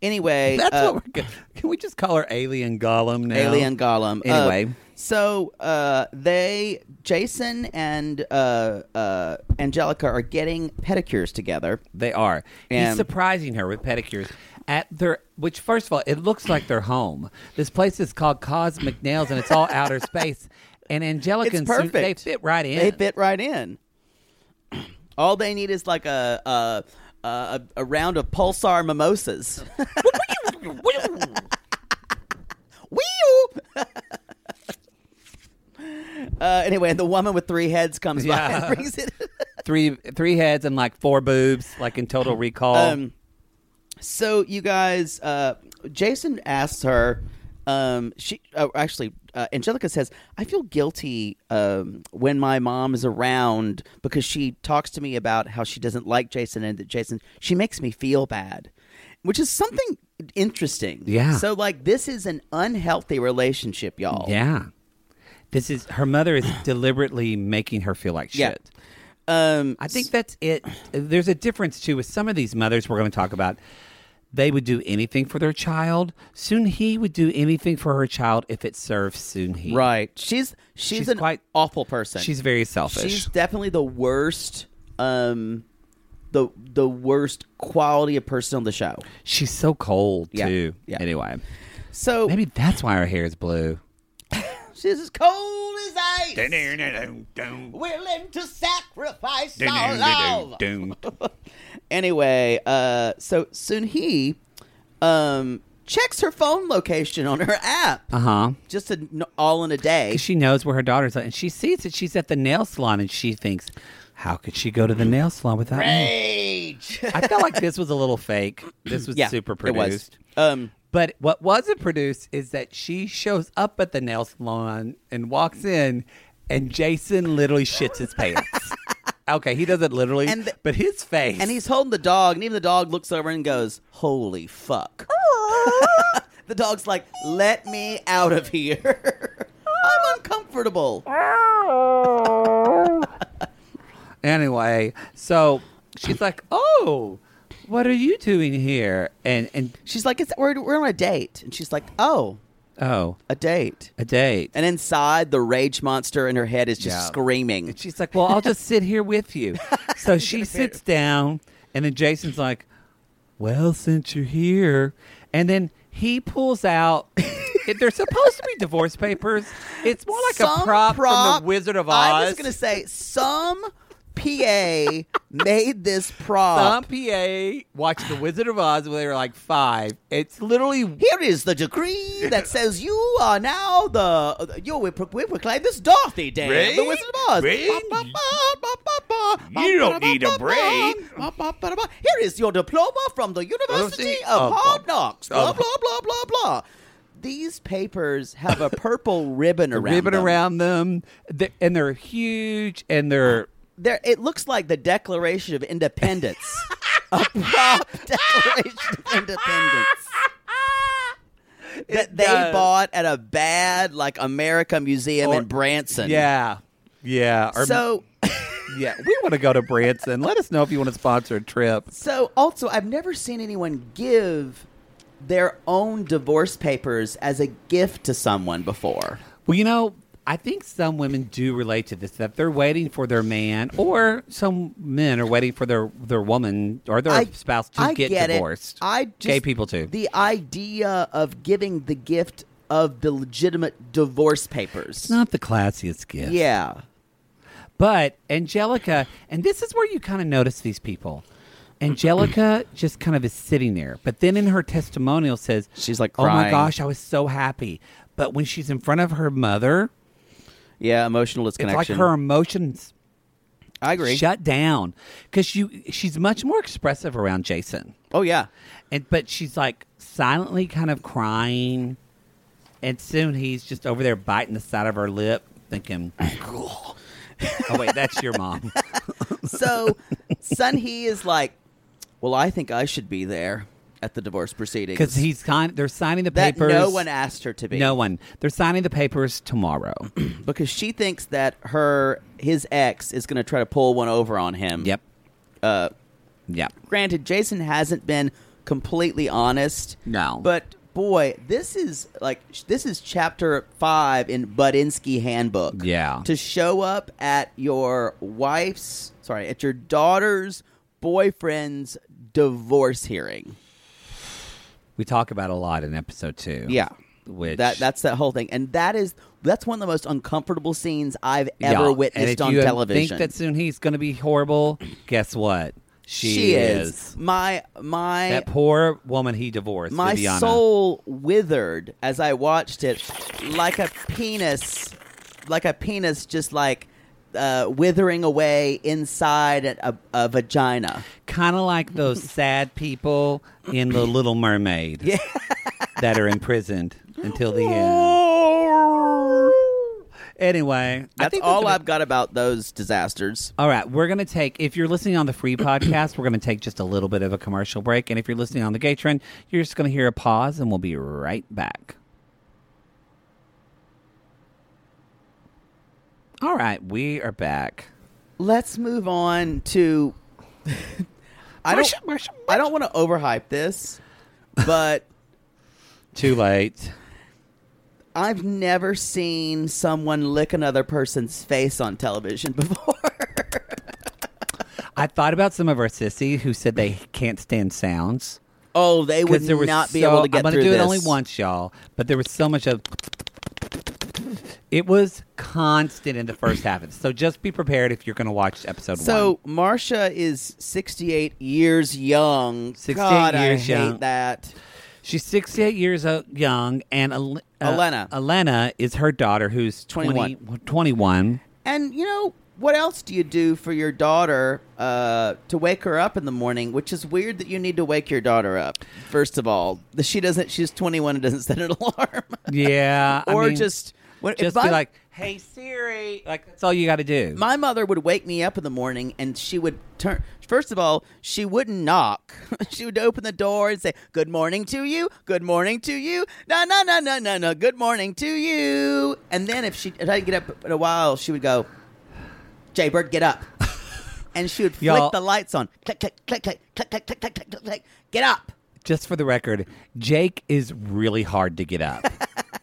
anyway That's uh, what we're good. Can we just call her Alien Gollum now? Alien Gollum. Uh, Anyway. so uh, they, Jason and uh, uh, Angelica, are getting pedicures together. They are. And- He's surprising her with pedicures at their. Which, first of all, it looks like their home. This place is called Cosmic Nails, and it's all outer space. And Angelica It's and Su- perfect. they fit right in. They fit right in. All they need is like a a, a, a round of pulsar mimosas. Wee-oo. Uh, anyway, and the woman with three heads comes by Yeah. and brings it. Three three heads and like four boobs, like in Total Recall. Um, so you guys, uh, Jason asks her Um, she uh, actually, uh, Angelica says, I feel guilty um, when my mom is around because she talks to me about how she doesn't like Jason and that Jason, she makes me feel bad, which is something interesting. Yeah. So, like, this is an unhealthy relationship, y'all. Yeah. This is her mother is deliberately making her feel like shit. Yeah. Um, I think that's it. There's a difference too with some of these mothers we're going to talk about. They would do anything for their child. Soon he would do anything for her child if it serves Soon he. Right. She's she's, She's an quite- awful person. She's very selfish. She's definitely the worst um the the worst quality of person on the show. She's so cold Yeah, too. yeah. Anyway, So maybe that's why her hair is blue. she's as cold as ice. Willing to sacrifice our love. Anyway, uh so Soon He um checks her phone location on her app. Uh huh. Just a, all in a day. She knows where her daughter's at, and she sees that she's at the nail salon, and she thinks, "How could she go to the nail salon without me?" Rage. I felt like this was a little fake. This was yeah, super it was. produced. Um But what wasn't produced is that she shows up at the nail salon and walks in, and Jason literally shits his pants. okay, he doesn't literally, And the- but his face. And he's holding the dog, and even the dog looks over and goes, Holy fuck. the dog's like, Let me out of here. I'm uncomfortable. anyway, so she's like, "Oh, what are you doing here?" And and She's like, it's, we're, we're on a date. And she's like, Oh, oh, a date. a date. And inside, the rage monster in her head is just Yeah. screaming. And she's like, "Well, I'll just sit here with you." So she sits down, and then Jason's like, "Well, since you're here," and then he pulls out. it- they're supposed to be divorce papers. It's more like Some a prop, prop- from the Wizard of Oz. I was going to say, some PA made this Some prop. PA watched the Wizard of Oz when they were like five. It's literally Here is the decree that says you are now the uh, you we, pro- we proclaim this Dorothy Day, of the Brain? Wizard of Oz. Brain? Ba, ba, ba, ba, ba, ba, You ba, don't ba, need ba, a ba, brain. ba, ba, ba, ba. Here is your diploma from the University University of uh, of- Hard Knocks. Blah of- blah blah blah blah. These papers have a purple ribbon around ribbon them. around them, They- and they're huge, and they're There, it looks like the Declaration of Independence, a prop Declaration of Independence. that they does. bought at a bad like America museum Or- in Branson. yeah, yeah. Or, So yeah, we want to go to Branson. Let us know if you want to sponsor a trip. so also I've never seen anyone give their own divorce papers as a gift to someone before. Well, you know, I think some women do relate to this that they're waiting for their man, or some men are waiting for their their woman or their I- spouse to I get, it. divorced. I just, gay people too. The idea of giving the gift of the legitimate divorce papers. it's not the classiest gift. yeah. But Angelica, and this is where you kind of notice these people. Angelica just kind of is sitting there, but then in her testimonial says She's, like, "Oh my crying. gosh, I was so happy." But when she's in front of her mother, Yeah, emotional it's like disconnection. her emotions I agree. shut down because you she's much more expressive around Jason. oh yeah. And but she's like silently kind of crying. And soon he's just over there biting the side of her lip, thinking, "Ugh." Oh wait, that's your mom. So Sun He is like, Well, I think I should be there at the divorce proceedings. Because he's kind they're signing the that papers. no one asked her to be. No one. They're signing the papers tomorrow. Because she thinks that her his ex is gonna try to pull one over on him. yep. Uh Yep. Granted, Jason hasn't been completely honest. No. But boy, this is like sh- this is chapter five in Budinsky handbook. Yeah. To show up at your wife's sorry, at your daughter's boyfriend's divorce hearing. We talk about a lot in episode two. Yeah. Which that that's that whole thing, and that is that's one of the most uncomfortable scenes I've ever Yeah, and witnessed if on you television. Think that soon he's going to be horrible. Guess what? She, is. my my That poor woman he divorced. my Viviana. soul withered as I watched it, like a penis, like a penis just like uh, withering away inside a, a vagina. kind of like those sad people in the Little Mermaid that are imprisoned. until the end. Anyway, I That's think all gonna- I've got about those disasters. All right, we're going to take, if you're listening on the free podcast, we're going to take just a little bit of a commercial break. And if you're listening on the gay trend, you're just going to hear a pause and we'll be right back. All right, we are back. Let's move on to. I don't. Oh, I don't want to overhype this, but Too late. I've never seen someone lick another person's face on television before. I thought about some of our sissy who said they can't stand sounds. oh, they would Because there was not be so- able to get I'm gonna through do this. it only once, y'all. But there was so much of. It was constant in the first half. So just be prepared if you're going to watch episode one. So Marcia is 68 years young. 68 God, I years hate young. that. She's 68 years o- young, and Al- uh, Elena. Elena is her daughter, who's 20 21. And you know what else do you do for your daughter uh, to wake her up in the morning? Which is weird that you need to wake your daughter up. First of all, That she doesn't. She's 21 and doesn't set an alarm. Yeah. I or mean, just what- if just my- be like, hey, Siri. Like, that's all you got to do. my mother would wake me up in the morning and she would turn first of all she wouldn't knock she would open the door and say good morning to you good morning to you no no no no no no good morning to you and then if she if i didn't get up in a while she would go jaybird get up and she would Y'all- flick the lights on click click click click click click click click click click, click get up just for the record, Jake is really hard to get up.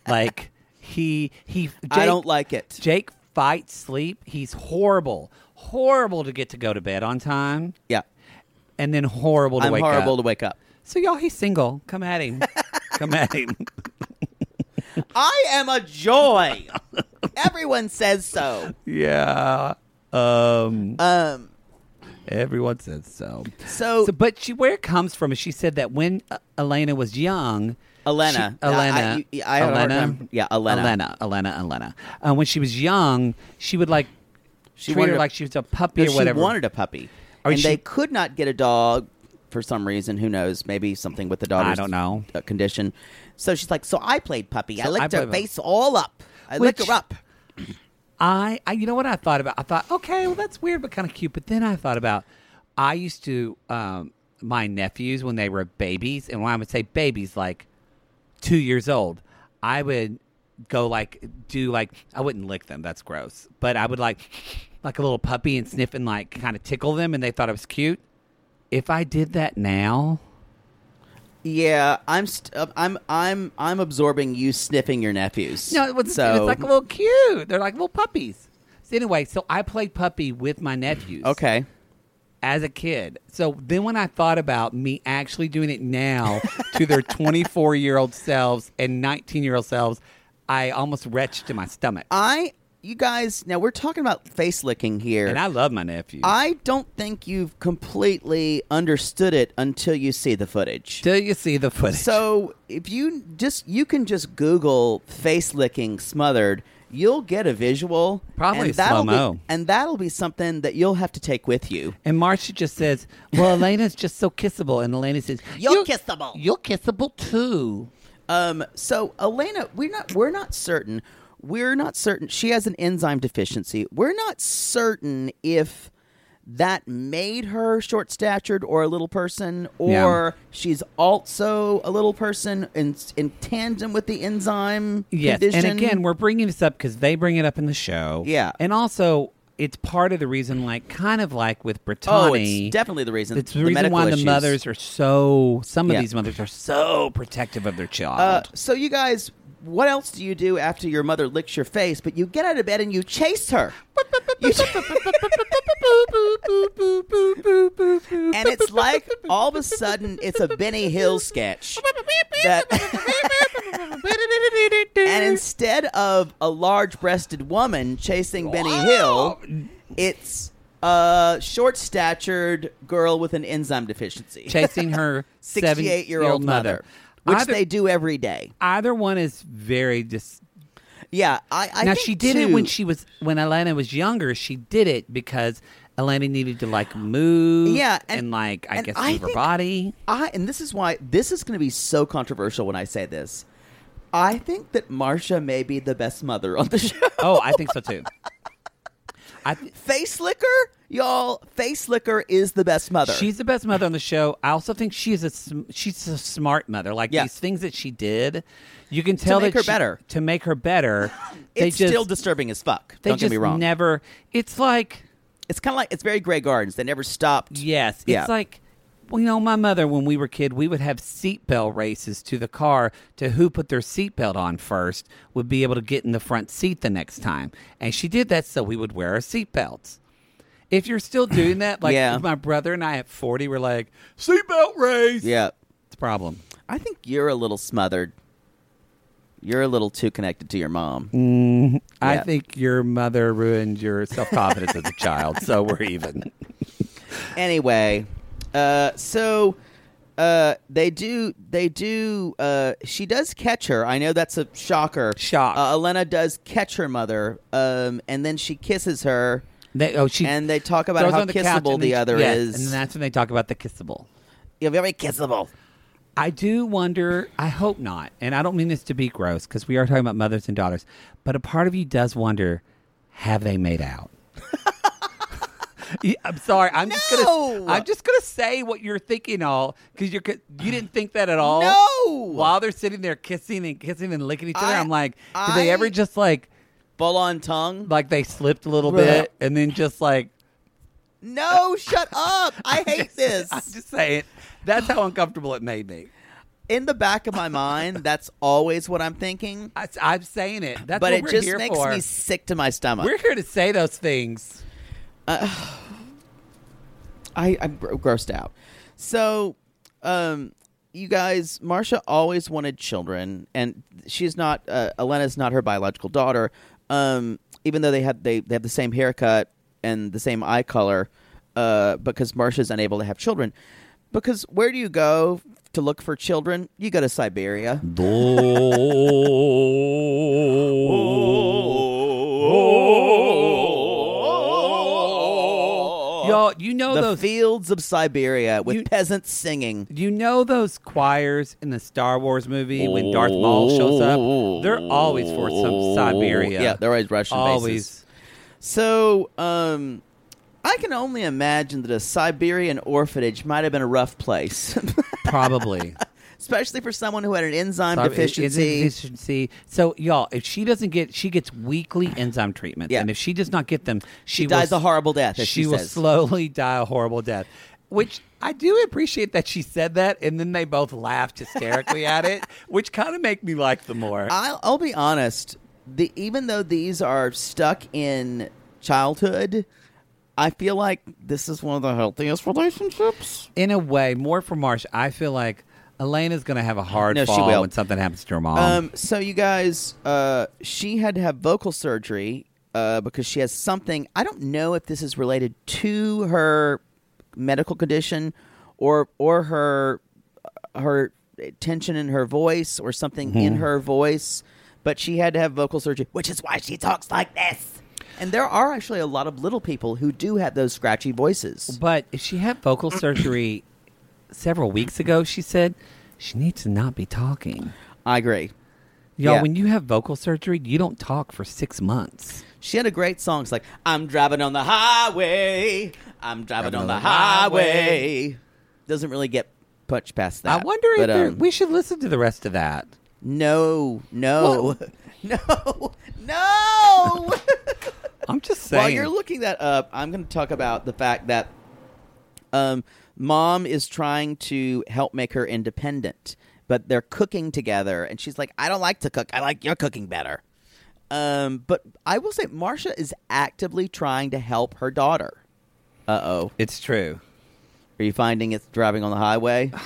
like, he, he, Jake, I don't like it. Jake fights sleep. He's horrible, horrible to get to go to bed on time, yeah and then horrible to i'm wake horrible up. to wake up so, y'all, he's single. Come at him. Come at him. i am a joy everyone says so Yeah. Um. um Everyone says so. So- but she where it comes from is she said that when uh, Elena was young, Elena. she- Elena, I- I- I had a hard Elena, time- yeah, Elena. Elena, Elena, Elena. Uh, when she was young, she would like She treat her wanted- like she was a puppy No, or whatever. She wanted a puppy, Or and she- they could not get a dog for some reason. Who knows? Maybe something with the daughter's I don't know. uh, condition. So she's like, so I played puppy. I So licked I her played- face all up. I licked Which- her up. I, I, you know what I thought about? I thought, okay, well, that's weird, but kind of cute. But then I thought about, I used to, um, my nephews when they were babies, and when I would say babies, like two years old, I would go like do like I wouldn't lick them. That's gross. But I would like like a little puppy and sniff and like kind of tickle them, and they thought it was cute. If I did that now, Yeah, I'm st- uh, I'm I'm I'm absorbing you sniffing your nephews. No, it was, so it's like a little cute. They're like little puppies. So anyway, so I played puppy with my nephews. okay. as a kid. So then when I thought about me actually doing it now to their 24 year old selves and 19 year old selves, I almost retched to my stomach. I you guys now we're talking about face licking here. and I love my nephew. I don't think you've completely understood it until you see the footage. Till you see the footage. So if you just you can just Google face licking smothered, you'll get a visual. Probably and that'll slow-mo. be, and that'll be something that you'll have to take with you. and Marcia just says, Well, Elena's just so kissable. And Elena says, You're "You- kissable." You're kissable too. Um, so Elena, we're not we're not certain. We're not certain. She has an enzyme deficiency. We're not certain if that made her short statured or a little person, or she's also a little person in in tandem with the enzyme. Yes. condition. And again, we're bringing this up because they bring it up in the show. Yeah. And also, it's part of the reason, like, kind of like with Brittany. Oh, it's definitely the reason. It's the, reason why medical the issues. mothers are so. Some Yeah. of these mothers are so protective of their child. Uh, so you guys, what else do you do after your mother licks your face? But you get out of bed and you chase her. You ch- and it's like all of a sudden it's a Benny Hill sketch. that- and instead of a large-breasted woman chasing Benny Hill, it's a short-statured girl with an enzyme deficiency. chasing her 68-year-old seven-year-old mother, which either, they do every day. Either one is very dis. Yeah, I, I now think she did too, it when she was when Elena was younger. She did it because Elena needed to like move. Yeah, and, and- like I and guess I move her think- body. I and this is why this is going to be so controversial when I say this. I think that Marsha may be the best mother on the show. Oh, I think so too. I th- Face Licker, y'all. Face Licker is the best mother. She's the best mother on the show. I also think she is a sm- she's a smart mother. Like Yeah. these things that she did, you can tell make that her she- better. To make her better, they it's just still disturbing as fuck. they Don't just get me wrong. never. It's like it's kind of like it's very Grey Gardens. They never stopped. yes, Yeah. it's like. Well, you know, my mother, when we were kid, we would have seatbelt races to the car to who put their seatbelt on first would be able to get in the front seat the next time. And she did that so we would wear our seatbelts. If you're still doing that, like Yeah. my brother and I at 40 were like, seatbelt race. Yeah. It's a problem. I think you're a little smothered. You're a little too connected to your mom. I Yeah. think your mother ruined your self confidence as a child, so we're even. anyway, uh, so uh, they do. They do. Uh, she does catch her. I know that's a shocker. Shock. Uh, Elena does catch her mother, um, and then she kisses her. They, oh, she And they talk about throws how on couch kissable and the then- other yeah, is. and that's when they talk about the kissable. You're very kissable. I do wonder. I hope not, and I don't mean this to be gross because we are talking about mothers and daughters. But a part of you does wonder: Have they made out? Yeah, I'm sorry. I'm just gonna. No! I'm just gonna say what you're thinking all because you're you didn't think that at all. No! While they're sitting there kissing and kissing and licking each other, I- I'm like, did they I- ever just like Full on tongue. like they slipped a little Right. bit and then just like No, shut up. I hate this. I'm just saying that's how uncomfortable it made me. In the back of my mind, that's always what I'm thinking. I, am saying it. That's but what it we're just here makes for. me sick to my stomach. We're here to say those things. I, I'm gro- grossed out. So, um, you guys, Marcia always wanted children, and she's not. Uh, Elena's not her biological daughter. Um, even though they have they, they have the same haircut and the same eye color, uh, because Marcia's unable to have children. Because where do you go to look for children? You go to Siberia. Y'all, you know the those fields of Siberia with You- peasants singing. you know those choirs in the Star Wars movie when Darth Maul shows up? They're always for some Siberia. Yeah, they're always Russian bases. always. So, um, I can only imagine that a Siberian orphanage might have been a rough place, Probably. especially for someone who had an enzyme Sorry, it- it's deficiency. deficiency. So y'all, if she doesn't get, she gets weekly enzyme treatments, Yeah. and if she does not get them, she, dies will, a horrible death, as she will says. slowly die a horrible death. Which I do appreciate that she said that, and then they both laughed hysterically at it, which kind of make me like the more. I'll, I'll be honest. The even though these are stuck in childhood, I feel like this is one of the healthiest relationships. in a way, more for Marsh, I feel like Elena's going to have a hard No, she fall will. when something happens to her mom. Um, so you guys, uh, she had to have vocal surgery uh, because she has something. I don't know if this is related to her medical condition or or her uh, her tension in her voice or something in her voice. But she had to have vocal surgery, which is why she talks like this. And there are actually a lot of little people who do have those scratchy voices. But if she had vocal surgery several weeks ago, she said she needs to not be talking. I agree. Y'all, Yeah. when you have vocal surgery, you don't talk for six months. She had a great song. It's like, I'm driving on the highway. I'm driving, on, the, highway. Doesn't really get much past that. I wonder if But, there- um, we should listen to the rest of that. No, no, no, no. I'm just saying. While you're looking that up, I'm going to talk about the fact that um, mom is trying to help make her independent, but they're cooking together, and she's like, "I don't like to cook. I like your cooking better." Um, but I will say, Marcia is actively trying to help her daughter. Uh oh, it's true. are you finding it's driving on the highway?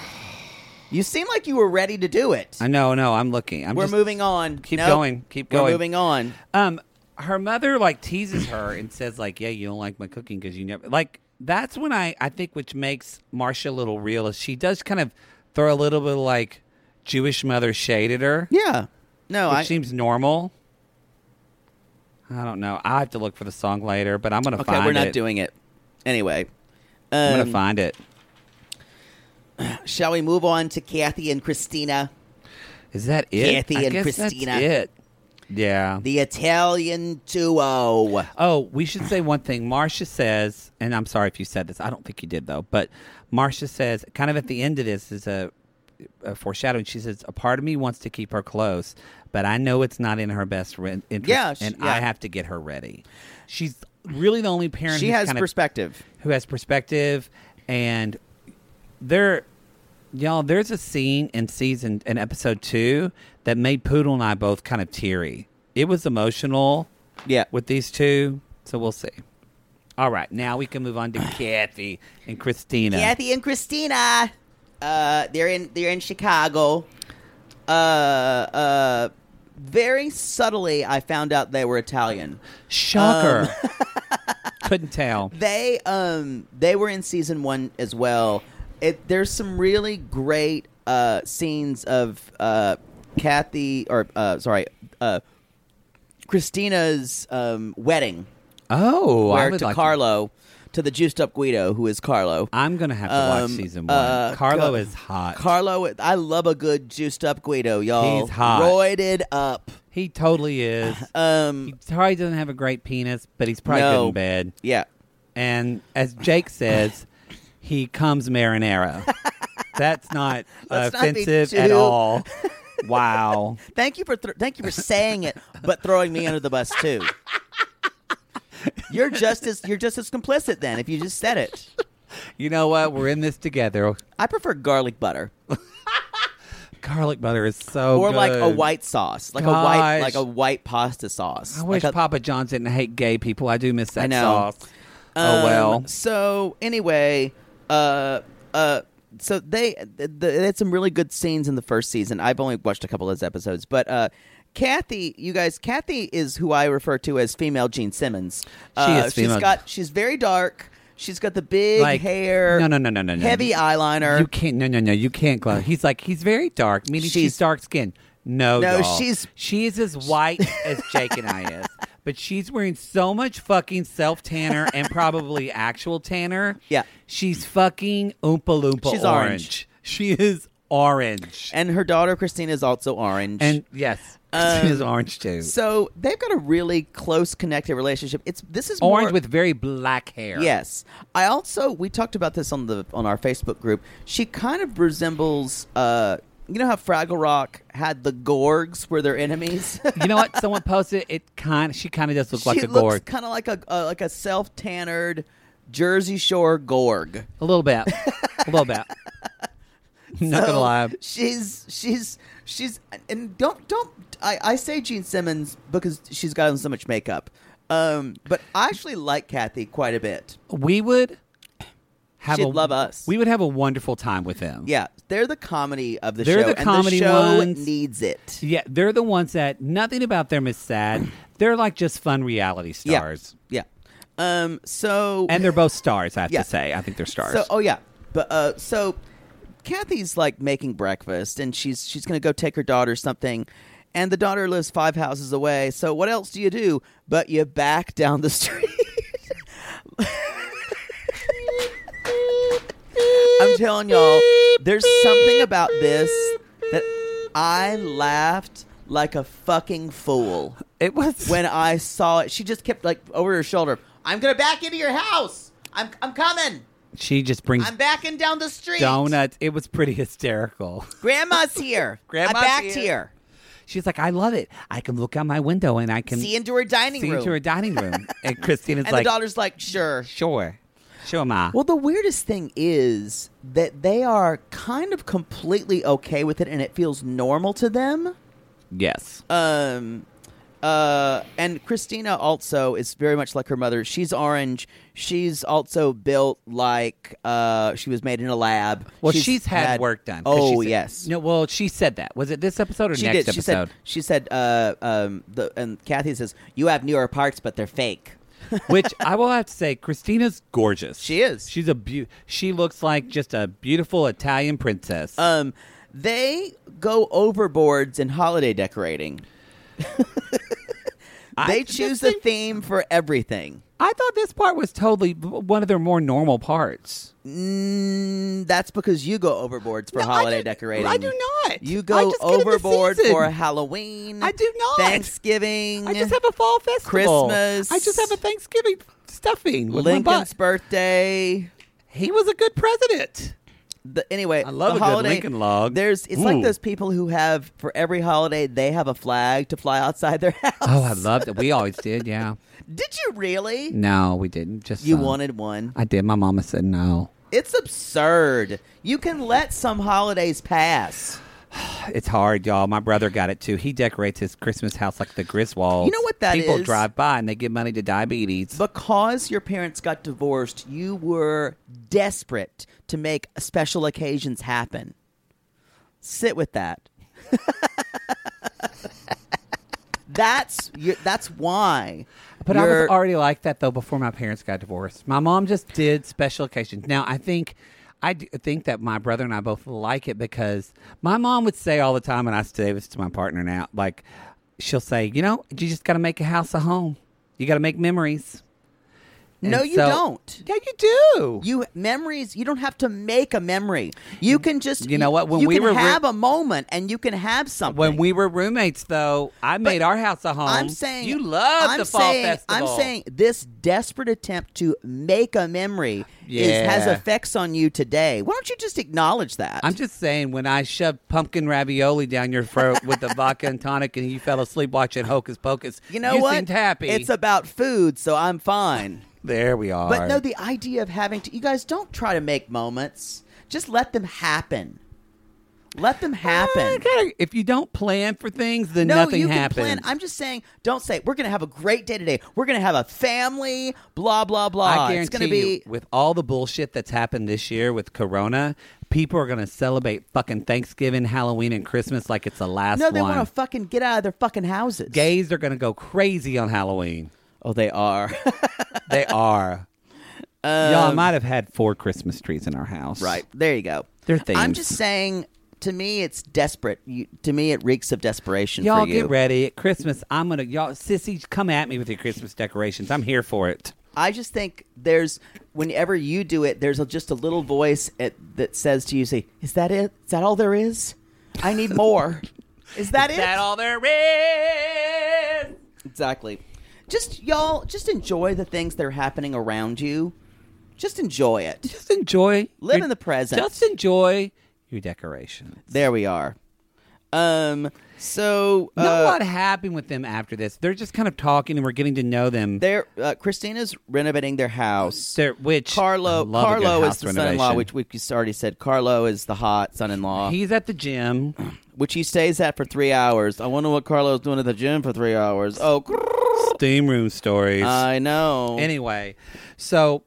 You seem like you were ready to do it. I know, no, I'm looking. I'm we're just- moving on. Keep Nope. going. Keep going. We're moving on. Um, her mother like teases her and says like, "Yeah, you don't like my cooking because you never like." That's when I I think which makes Marcia a little real is she does kind of throw a little bit of like Jewish mother shade at her, Yeah. No, which I. seems normal. I don't know. I have to look for the song later, but I'm gonna Okay, find we're not it. doing it. Anyway, I'm um, gonna find it. shall we move on to Kathy and Christina? Is that it? Kathy I and guess that's Christina. it. Yeah. The Italian duo. Oh, we should say one thing. Marcia says, and I'm sorry if you said this. I don't think you did though. But Marcia says, kind of at the end of this is a, a foreshadowing. She says, "A part of me wants to keep her close, but I know it's not in her best re- interest, Yeah, she- and yeah. I have to get her ready." She's really the only parent She who's has kind of- perspective. who has perspective, and there, y'all. There's a scene in season in episode two that made Poodle and I both kind of teary. It was emotional Yeah. with these two. So we'll see. All right, now we can move on to Kathy and Christina. Kathy and Christina. Uh, they're in they're in Chicago. Uh, uh, very subtly, I found out they were Italian. Shocker. um, Couldn't tell. They um they were in season one as well. It, there's some really great uh, scenes of uh, Kathy or uh, sorry uh, Christina's um, wedding Oh, I where would to like Carlo to the juiced up Guido who is Carlo. I'm gonna have to watch Um, season one. uh, Carlo Ca- is hot. Carlo, I love a good juiced up Guido, y'all. He's hot. roided up. he totally is. he Um, probably doesn't have a great penis, but he's probably No. good in bed. yeah, And as Jake says, he comes marinara. That's not Let's not be offensive at too- all. Wow. thank you for thr thank you for saying it, but throwing me under the bus too. You're just as you're just as complicit then if you just said it. You know what? We're in this together. I prefer garlic butter Garlic butter is so or like a Oh, good. white sauce, like a white Gosh. like a white pasta sauce. I Like wish a- Papa John's didn't hate gay people. I do miss that I know. sauce. oh well. Um, So anyway, uh, uh, so they th- th- they had some really good scenes in the first season. I've only watched a couple of those episodes, but uh, Kathy, you guys, Kathy is who I refer to as female Gene Simmons. Uh, is female. She's got she's very dark. She's got the big Like hair. No, no, no, no, no, no. Heavy eyeliner. You can't. No, no, no. You can't glow. He's like he's very dark. Meaning she's, She's- dark skinned. No, No, y'all. she's- she is as white as Jake and I is. But she's wearing so much fucking self tanner and probably actual tanner. Yeah. she's fucking oompa loompa. She's orange. orange. She is orange. and her daughter Christina is also orange. And yes, she is orange too. Um, so they've got a really close connected relationship. It's this is orange more, with very black hair. Yes. I also we talked about this on the on our Facebook group. She kind of resembles uh you know how Fraggle Rock had the Gorgs were their enemies? You know what? Someone posted it. Kind. She kind of does look she like a looks gourd. kind of like a uh, like a self-tannered Jersey Shore Gorg. A little bit. A little bit. Not gonna So, lie. She's she's she's and don't don't I, I say Gene Simmons because she's gotten so much makeup. Um but I actually like Kathy quite a bit. We would have She'd a, love us. We would have a wonderful time with them. Yeah, they're the comedy of the They're show. the comedy and the show ones. needs it. Yeah, they're the ones that nothing about them is sad. They're like just fun reality stars. Yeah. yeah. Um. So And they're both stars, I have Yeah. to say. I think they're stars. so. Oh yeah. But uh. So Kathy's like making breakfast, and she's she's gonna go take her daughter something, and the daughter lives five houses away. So what else do you do? But you back down the street. I'm telling y'all, there's something about this that I laughed like a fucking fool. it was when I saw it, she just kept like over her shoulder. I'm gonna back into your house. I'm I'm coming. she just brings I'm backing down the street. donuts. It was pretty hysterical. Grandma's here. Grandma's I backed here. here. She's like, I love it. I can look out my window and I can See into her dining see room. into her dining room. and Christina's and like, the daughter's like, sure. sure. Sure, ma. Well, the weirdest thing is that they are kind of completely okay with it, and it feels normal to them. yes. Um, uh, and Christina also is very much like her mother. She's orange. She's also built like uh, she was made in a lab. Well, she's, had, work done. 'cause she Oh said- yes, No, well, she said that. Was it this episode or she next did. She episode? said. She said. Uh, um, the, and Kathy says, "You have newer parts, but they're fake." Which I will have to say, Christina's gorgeous. She is. She's a beau- She looks like just a beautiful Italian princess. Um, they go overboards in holiday decorating. I- they choose a theme for everything. I thought this part was totally b- one of their more normal parts. Mm, that's because you go overboard for No, I holiday do- decorating. I do not. You I go just get in the overboard season. for Halloween. I do not. Thanksgiving. I just have a fall festival. Mm, Christmas. I just have a Thanksgiving stuffing. With my Lincoln's butt. birthday. He was a good president. The, anyway, I love the a good holiday, Lincoln log. There's, it's Ooh. like those people who have for every holiday they have a flag to fly outside their house. Oh, I loved it. We always did. Yeah. Did you really? No, we didn't. Just uh, You some. wanted one. I did. My mama said no. It's absurd. You can let some holidays pass. It's hard, y'all. My brother got it too. He decorates his Christmas house like the Griswolds. You know what that People is? drive by and they give money to diabetes. Because your parents got divorced, you were desperate to make special occasions happen. Sit with that. that's you- that's why. But I was you're- already like that though before my parents got divorced. My mom just did special occasions. Now I think I d- think that my brother and I both like it because my mom would say all the time, and I say this to my partner now, like she'll say, you know, you just got to make a house a home. You got to make memories. No, And you so- don't. Yeah, you do. You memories. You don't have to make a memory. You can just You know what, when you we can were re- have a moment, and you can have something. When we were roommates, though, I made our house a home. I'm saying you love I'm the fall saying, festival. I'm saying this desperate attempt to make a memory is, has Yeah. effects on you today. Why don't you just acknowledge that? I'm just saying when I shoved pumpkin ravioli down your throat with the vodka and tonic, and you fell asleep watching Hocus Pocus. you know what? Seemed happy. It's about food, so I'm fine. there we are. But no, the idea of having to you guys don't try to make moments. Just let them happen. Let them Uh, happen. kinda- if you don't plan for things, then No, nothing you can happens. plan. I'm just saying, don't say we're going to have a great day today. We're going to have a family. Blah blah blah. I guarantee it's going to be you, with all the bullshit that's happened this year with Corona, people are going to celebrate fucking Thanksgiving, Halloween, and Christmas like it's the last no. They one. want to fucking get out of their fucking houses. Gays are going to go crazy on Halloween. Oh, they are. They are. Y'all might have had four Christmas trees in our house. Um, right. There you go. They're I'm things. just saying, to me, it's desperate. You, to me, it reeks of desperation Y'all for you. get ready. At Christmas, I'm going to, y'all, sissy, come at me with your Christmas decorations. I'm here for it. I just think there's, whenever you do it, there's a, just a little voice at, that says to you, say, is that it? Is that all there is? I need more. is that it? all there is? exactly. Just, y'all, just enjoy the things that are happening around you. Just enjoy it. Just enjoy. Live your- in the present. Just enjoy your decorations. There we are. Um, so, Know uh, what happened with them after this? They're just kind of talking, and we're getting to know them. they're, uh, Christina's renovating their house. They're- which I Carlo love a good Carlo house is the son-in-law, renovation. which we just already said. Carlo is the hot son-in-law, he's at the gym. which he stays at for three hours. I wonder what Carlo's doing at the gym for three hours. Oh, Steam room stories. I know. anyway, so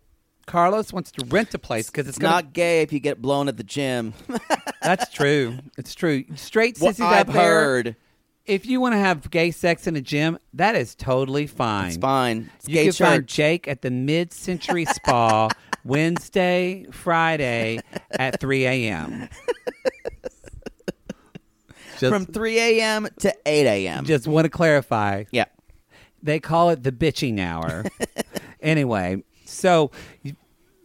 Carlos wants to rent a place because it's it's gonna- not gay if you get blown at the gym. That's true. It's true. Straight What sissies I've out there. heard. If you want to have gay sex in a gym, that is totally fine. It's fine. It's You gay can find church. Jake at the Mid Century Spa Wednesday, Friday at 3 a.m. Just, from 3 a.m. to 8 a.m. just want to clarify. yeah. They call it the bitching hour. anyway, so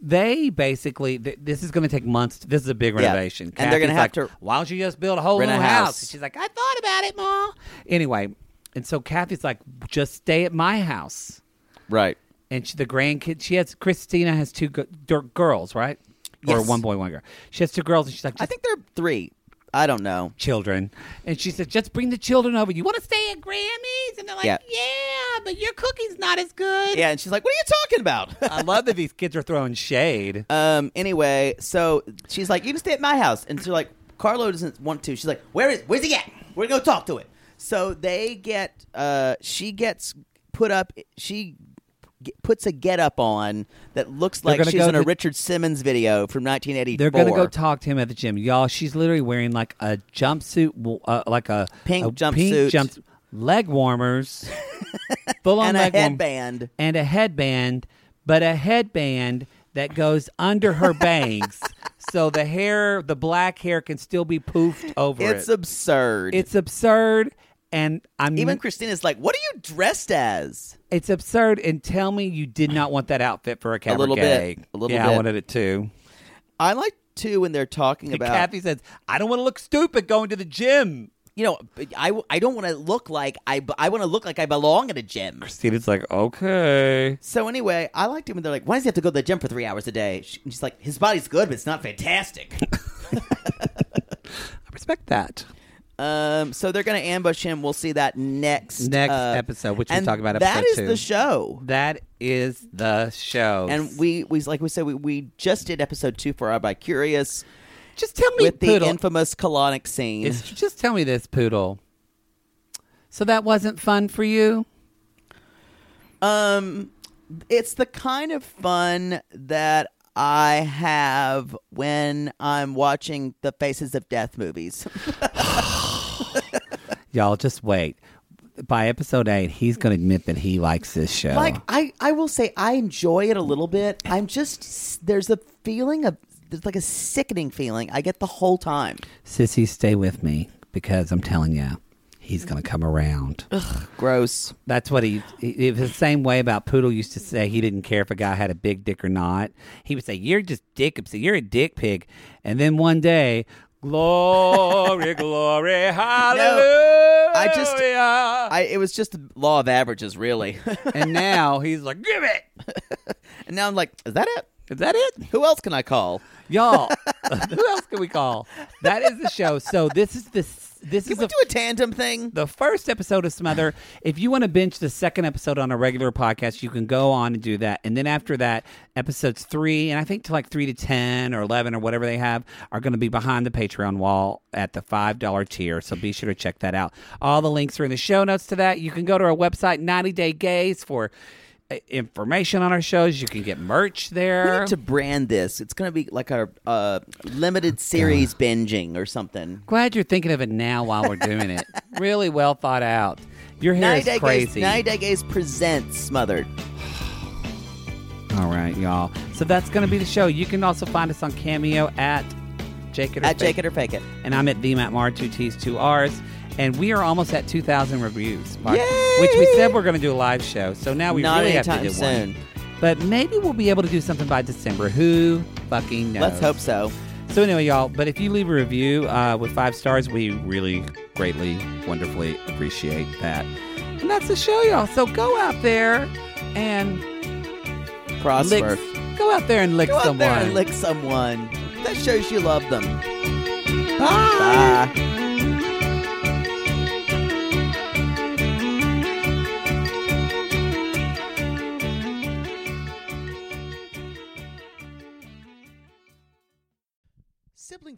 they basically th- this is going to take months. this is a big Yeah. renovation, And they're gonna Kathy's have like, to Why don't you just build a whole new rent a house? house. And she's like, I thought about it, ma. Anyway, and so Kathy's like, just stay at my house. Right. And she, the grandkid, she has Christina has two g- dir- girls, right? Or Yes. one boy, one girl. She has two girls, and she's like, I think they're three. I don't know. children. And she said, just bring the children over. You want to stay at Grammy's? And they're like, Yeah. yeah, but your cookie's not as good. Yeah, and she's like, "What are you talking about?" I love that these kids are throwing shade. Um. Anyway, so she's like, "You can stay at my house," and she's like, "Carlo doesn't want to." She's like, "Where is? Where's he at? We're gonna go talk to it." So they get. Uh. She gets put up. She g- puts a get up on that looks like gonna she's go in a to- Richard Simmons video from 1984. They're gonna go talk to him at the gym, y'all. She's literally wearing like a jumpsuit, w- uh, like a Pink a jumpsuit. pink jumps, leg warmers, full on And a leg warm- headband. and a headband, but a headband that goes under her bangs, so the hair, the black hair, can still be poofed over. it's it. absurd. It's absurd And I'm Even Christina's like, "What are you dressed as?" it's absurd. And tell me you did not want that outfit for a cabaret. little bit. A little yeah, I bit. wanted it too. I like too when they're talking And about Kathy says, "I don't want to look stupid going to the gym." you know, but I, I don't want to look like I I want to look like I belong at a gym. Steven's like, "Okay." So anyway, I liked it when they're like, "Why does he have to go to the gym for three hours a day?" She- She's like, "His body's good, but it's not fantastic." I respect that. um, so they're gonna ambush him. We'll see that next uh, Next episode, which we and talk about That episode is two. the show, That is the show. and we we like we said we, we just did episode two for our by curious just tell me with the poodle. infamous colonic scene. It's- just tell me this, poodle. So that wasn't fun for you? Um, it's the kind of fun that I have when I'm watching the Faces of Death movies. Y'all just wait. By episode 8, he's going to admit that he likes this show. Like I, I will say I enjoy it a little bit. I'm just there's a feeling of there's like a sickening feeling I get the whole time. Sissy, stay with me because I'm telling you, he's going to come around. Gross. That's what he, he. It was the same way about Poodle used to say he didn't care if a guy had a big dick or not. He would say, "You're just dick. You're a dick pig." And then one day, glory, glory, hallelujah. I just- I it was just law of averages really. and now he's like, "Give it." and now I'm like, is that it? Is that it, Who else can I call? y'all? who else can we call? That is the show. So this is the this Can is we the do a tandem thing? the first episode of Smother. If you want to binge the second episode on a regular podcast, you can go on and do that. And then after that, episodes three and I think to like three to ten or eleven or whatever they have are going to be behind the Patreon wall at the five dollar tier. So be sure to check that out. All the links are in the show notes to that. You can go to our website, 90 Day Gaze, for uh, information on our shows. You can get merch We there. need to brand this. It's going to be like our uh, limited series binging or something. Glad you're thinking of it now while we're doing it. really well thought out. Your hair Night is Day Gaze, crazy. Night Day Gaze presents Smothered. All right, y'all. So that's going to be the show. You can also find us on Cameo at Jake It or At Fake Jake It or Fake It. And I'm at the Matt Mar, two T's, two R's. And we are almost at 2,000 reviews, Mark, Yay! which we said we're going to do a live show. So now we Not really have to anytime do soon. one. But maybe we'll be able to do something by December. Who fucking knows? Let's hope so. So anyway, y'all. But if you leave a review uh, with five stars, we really greatly, wonderfully appreciate that. And that's the show, y'all. So go out there and lick. Prosper. Go out there and lick Go out someone. there and lick someone. That shows you love them. Bye. Bye. Sibling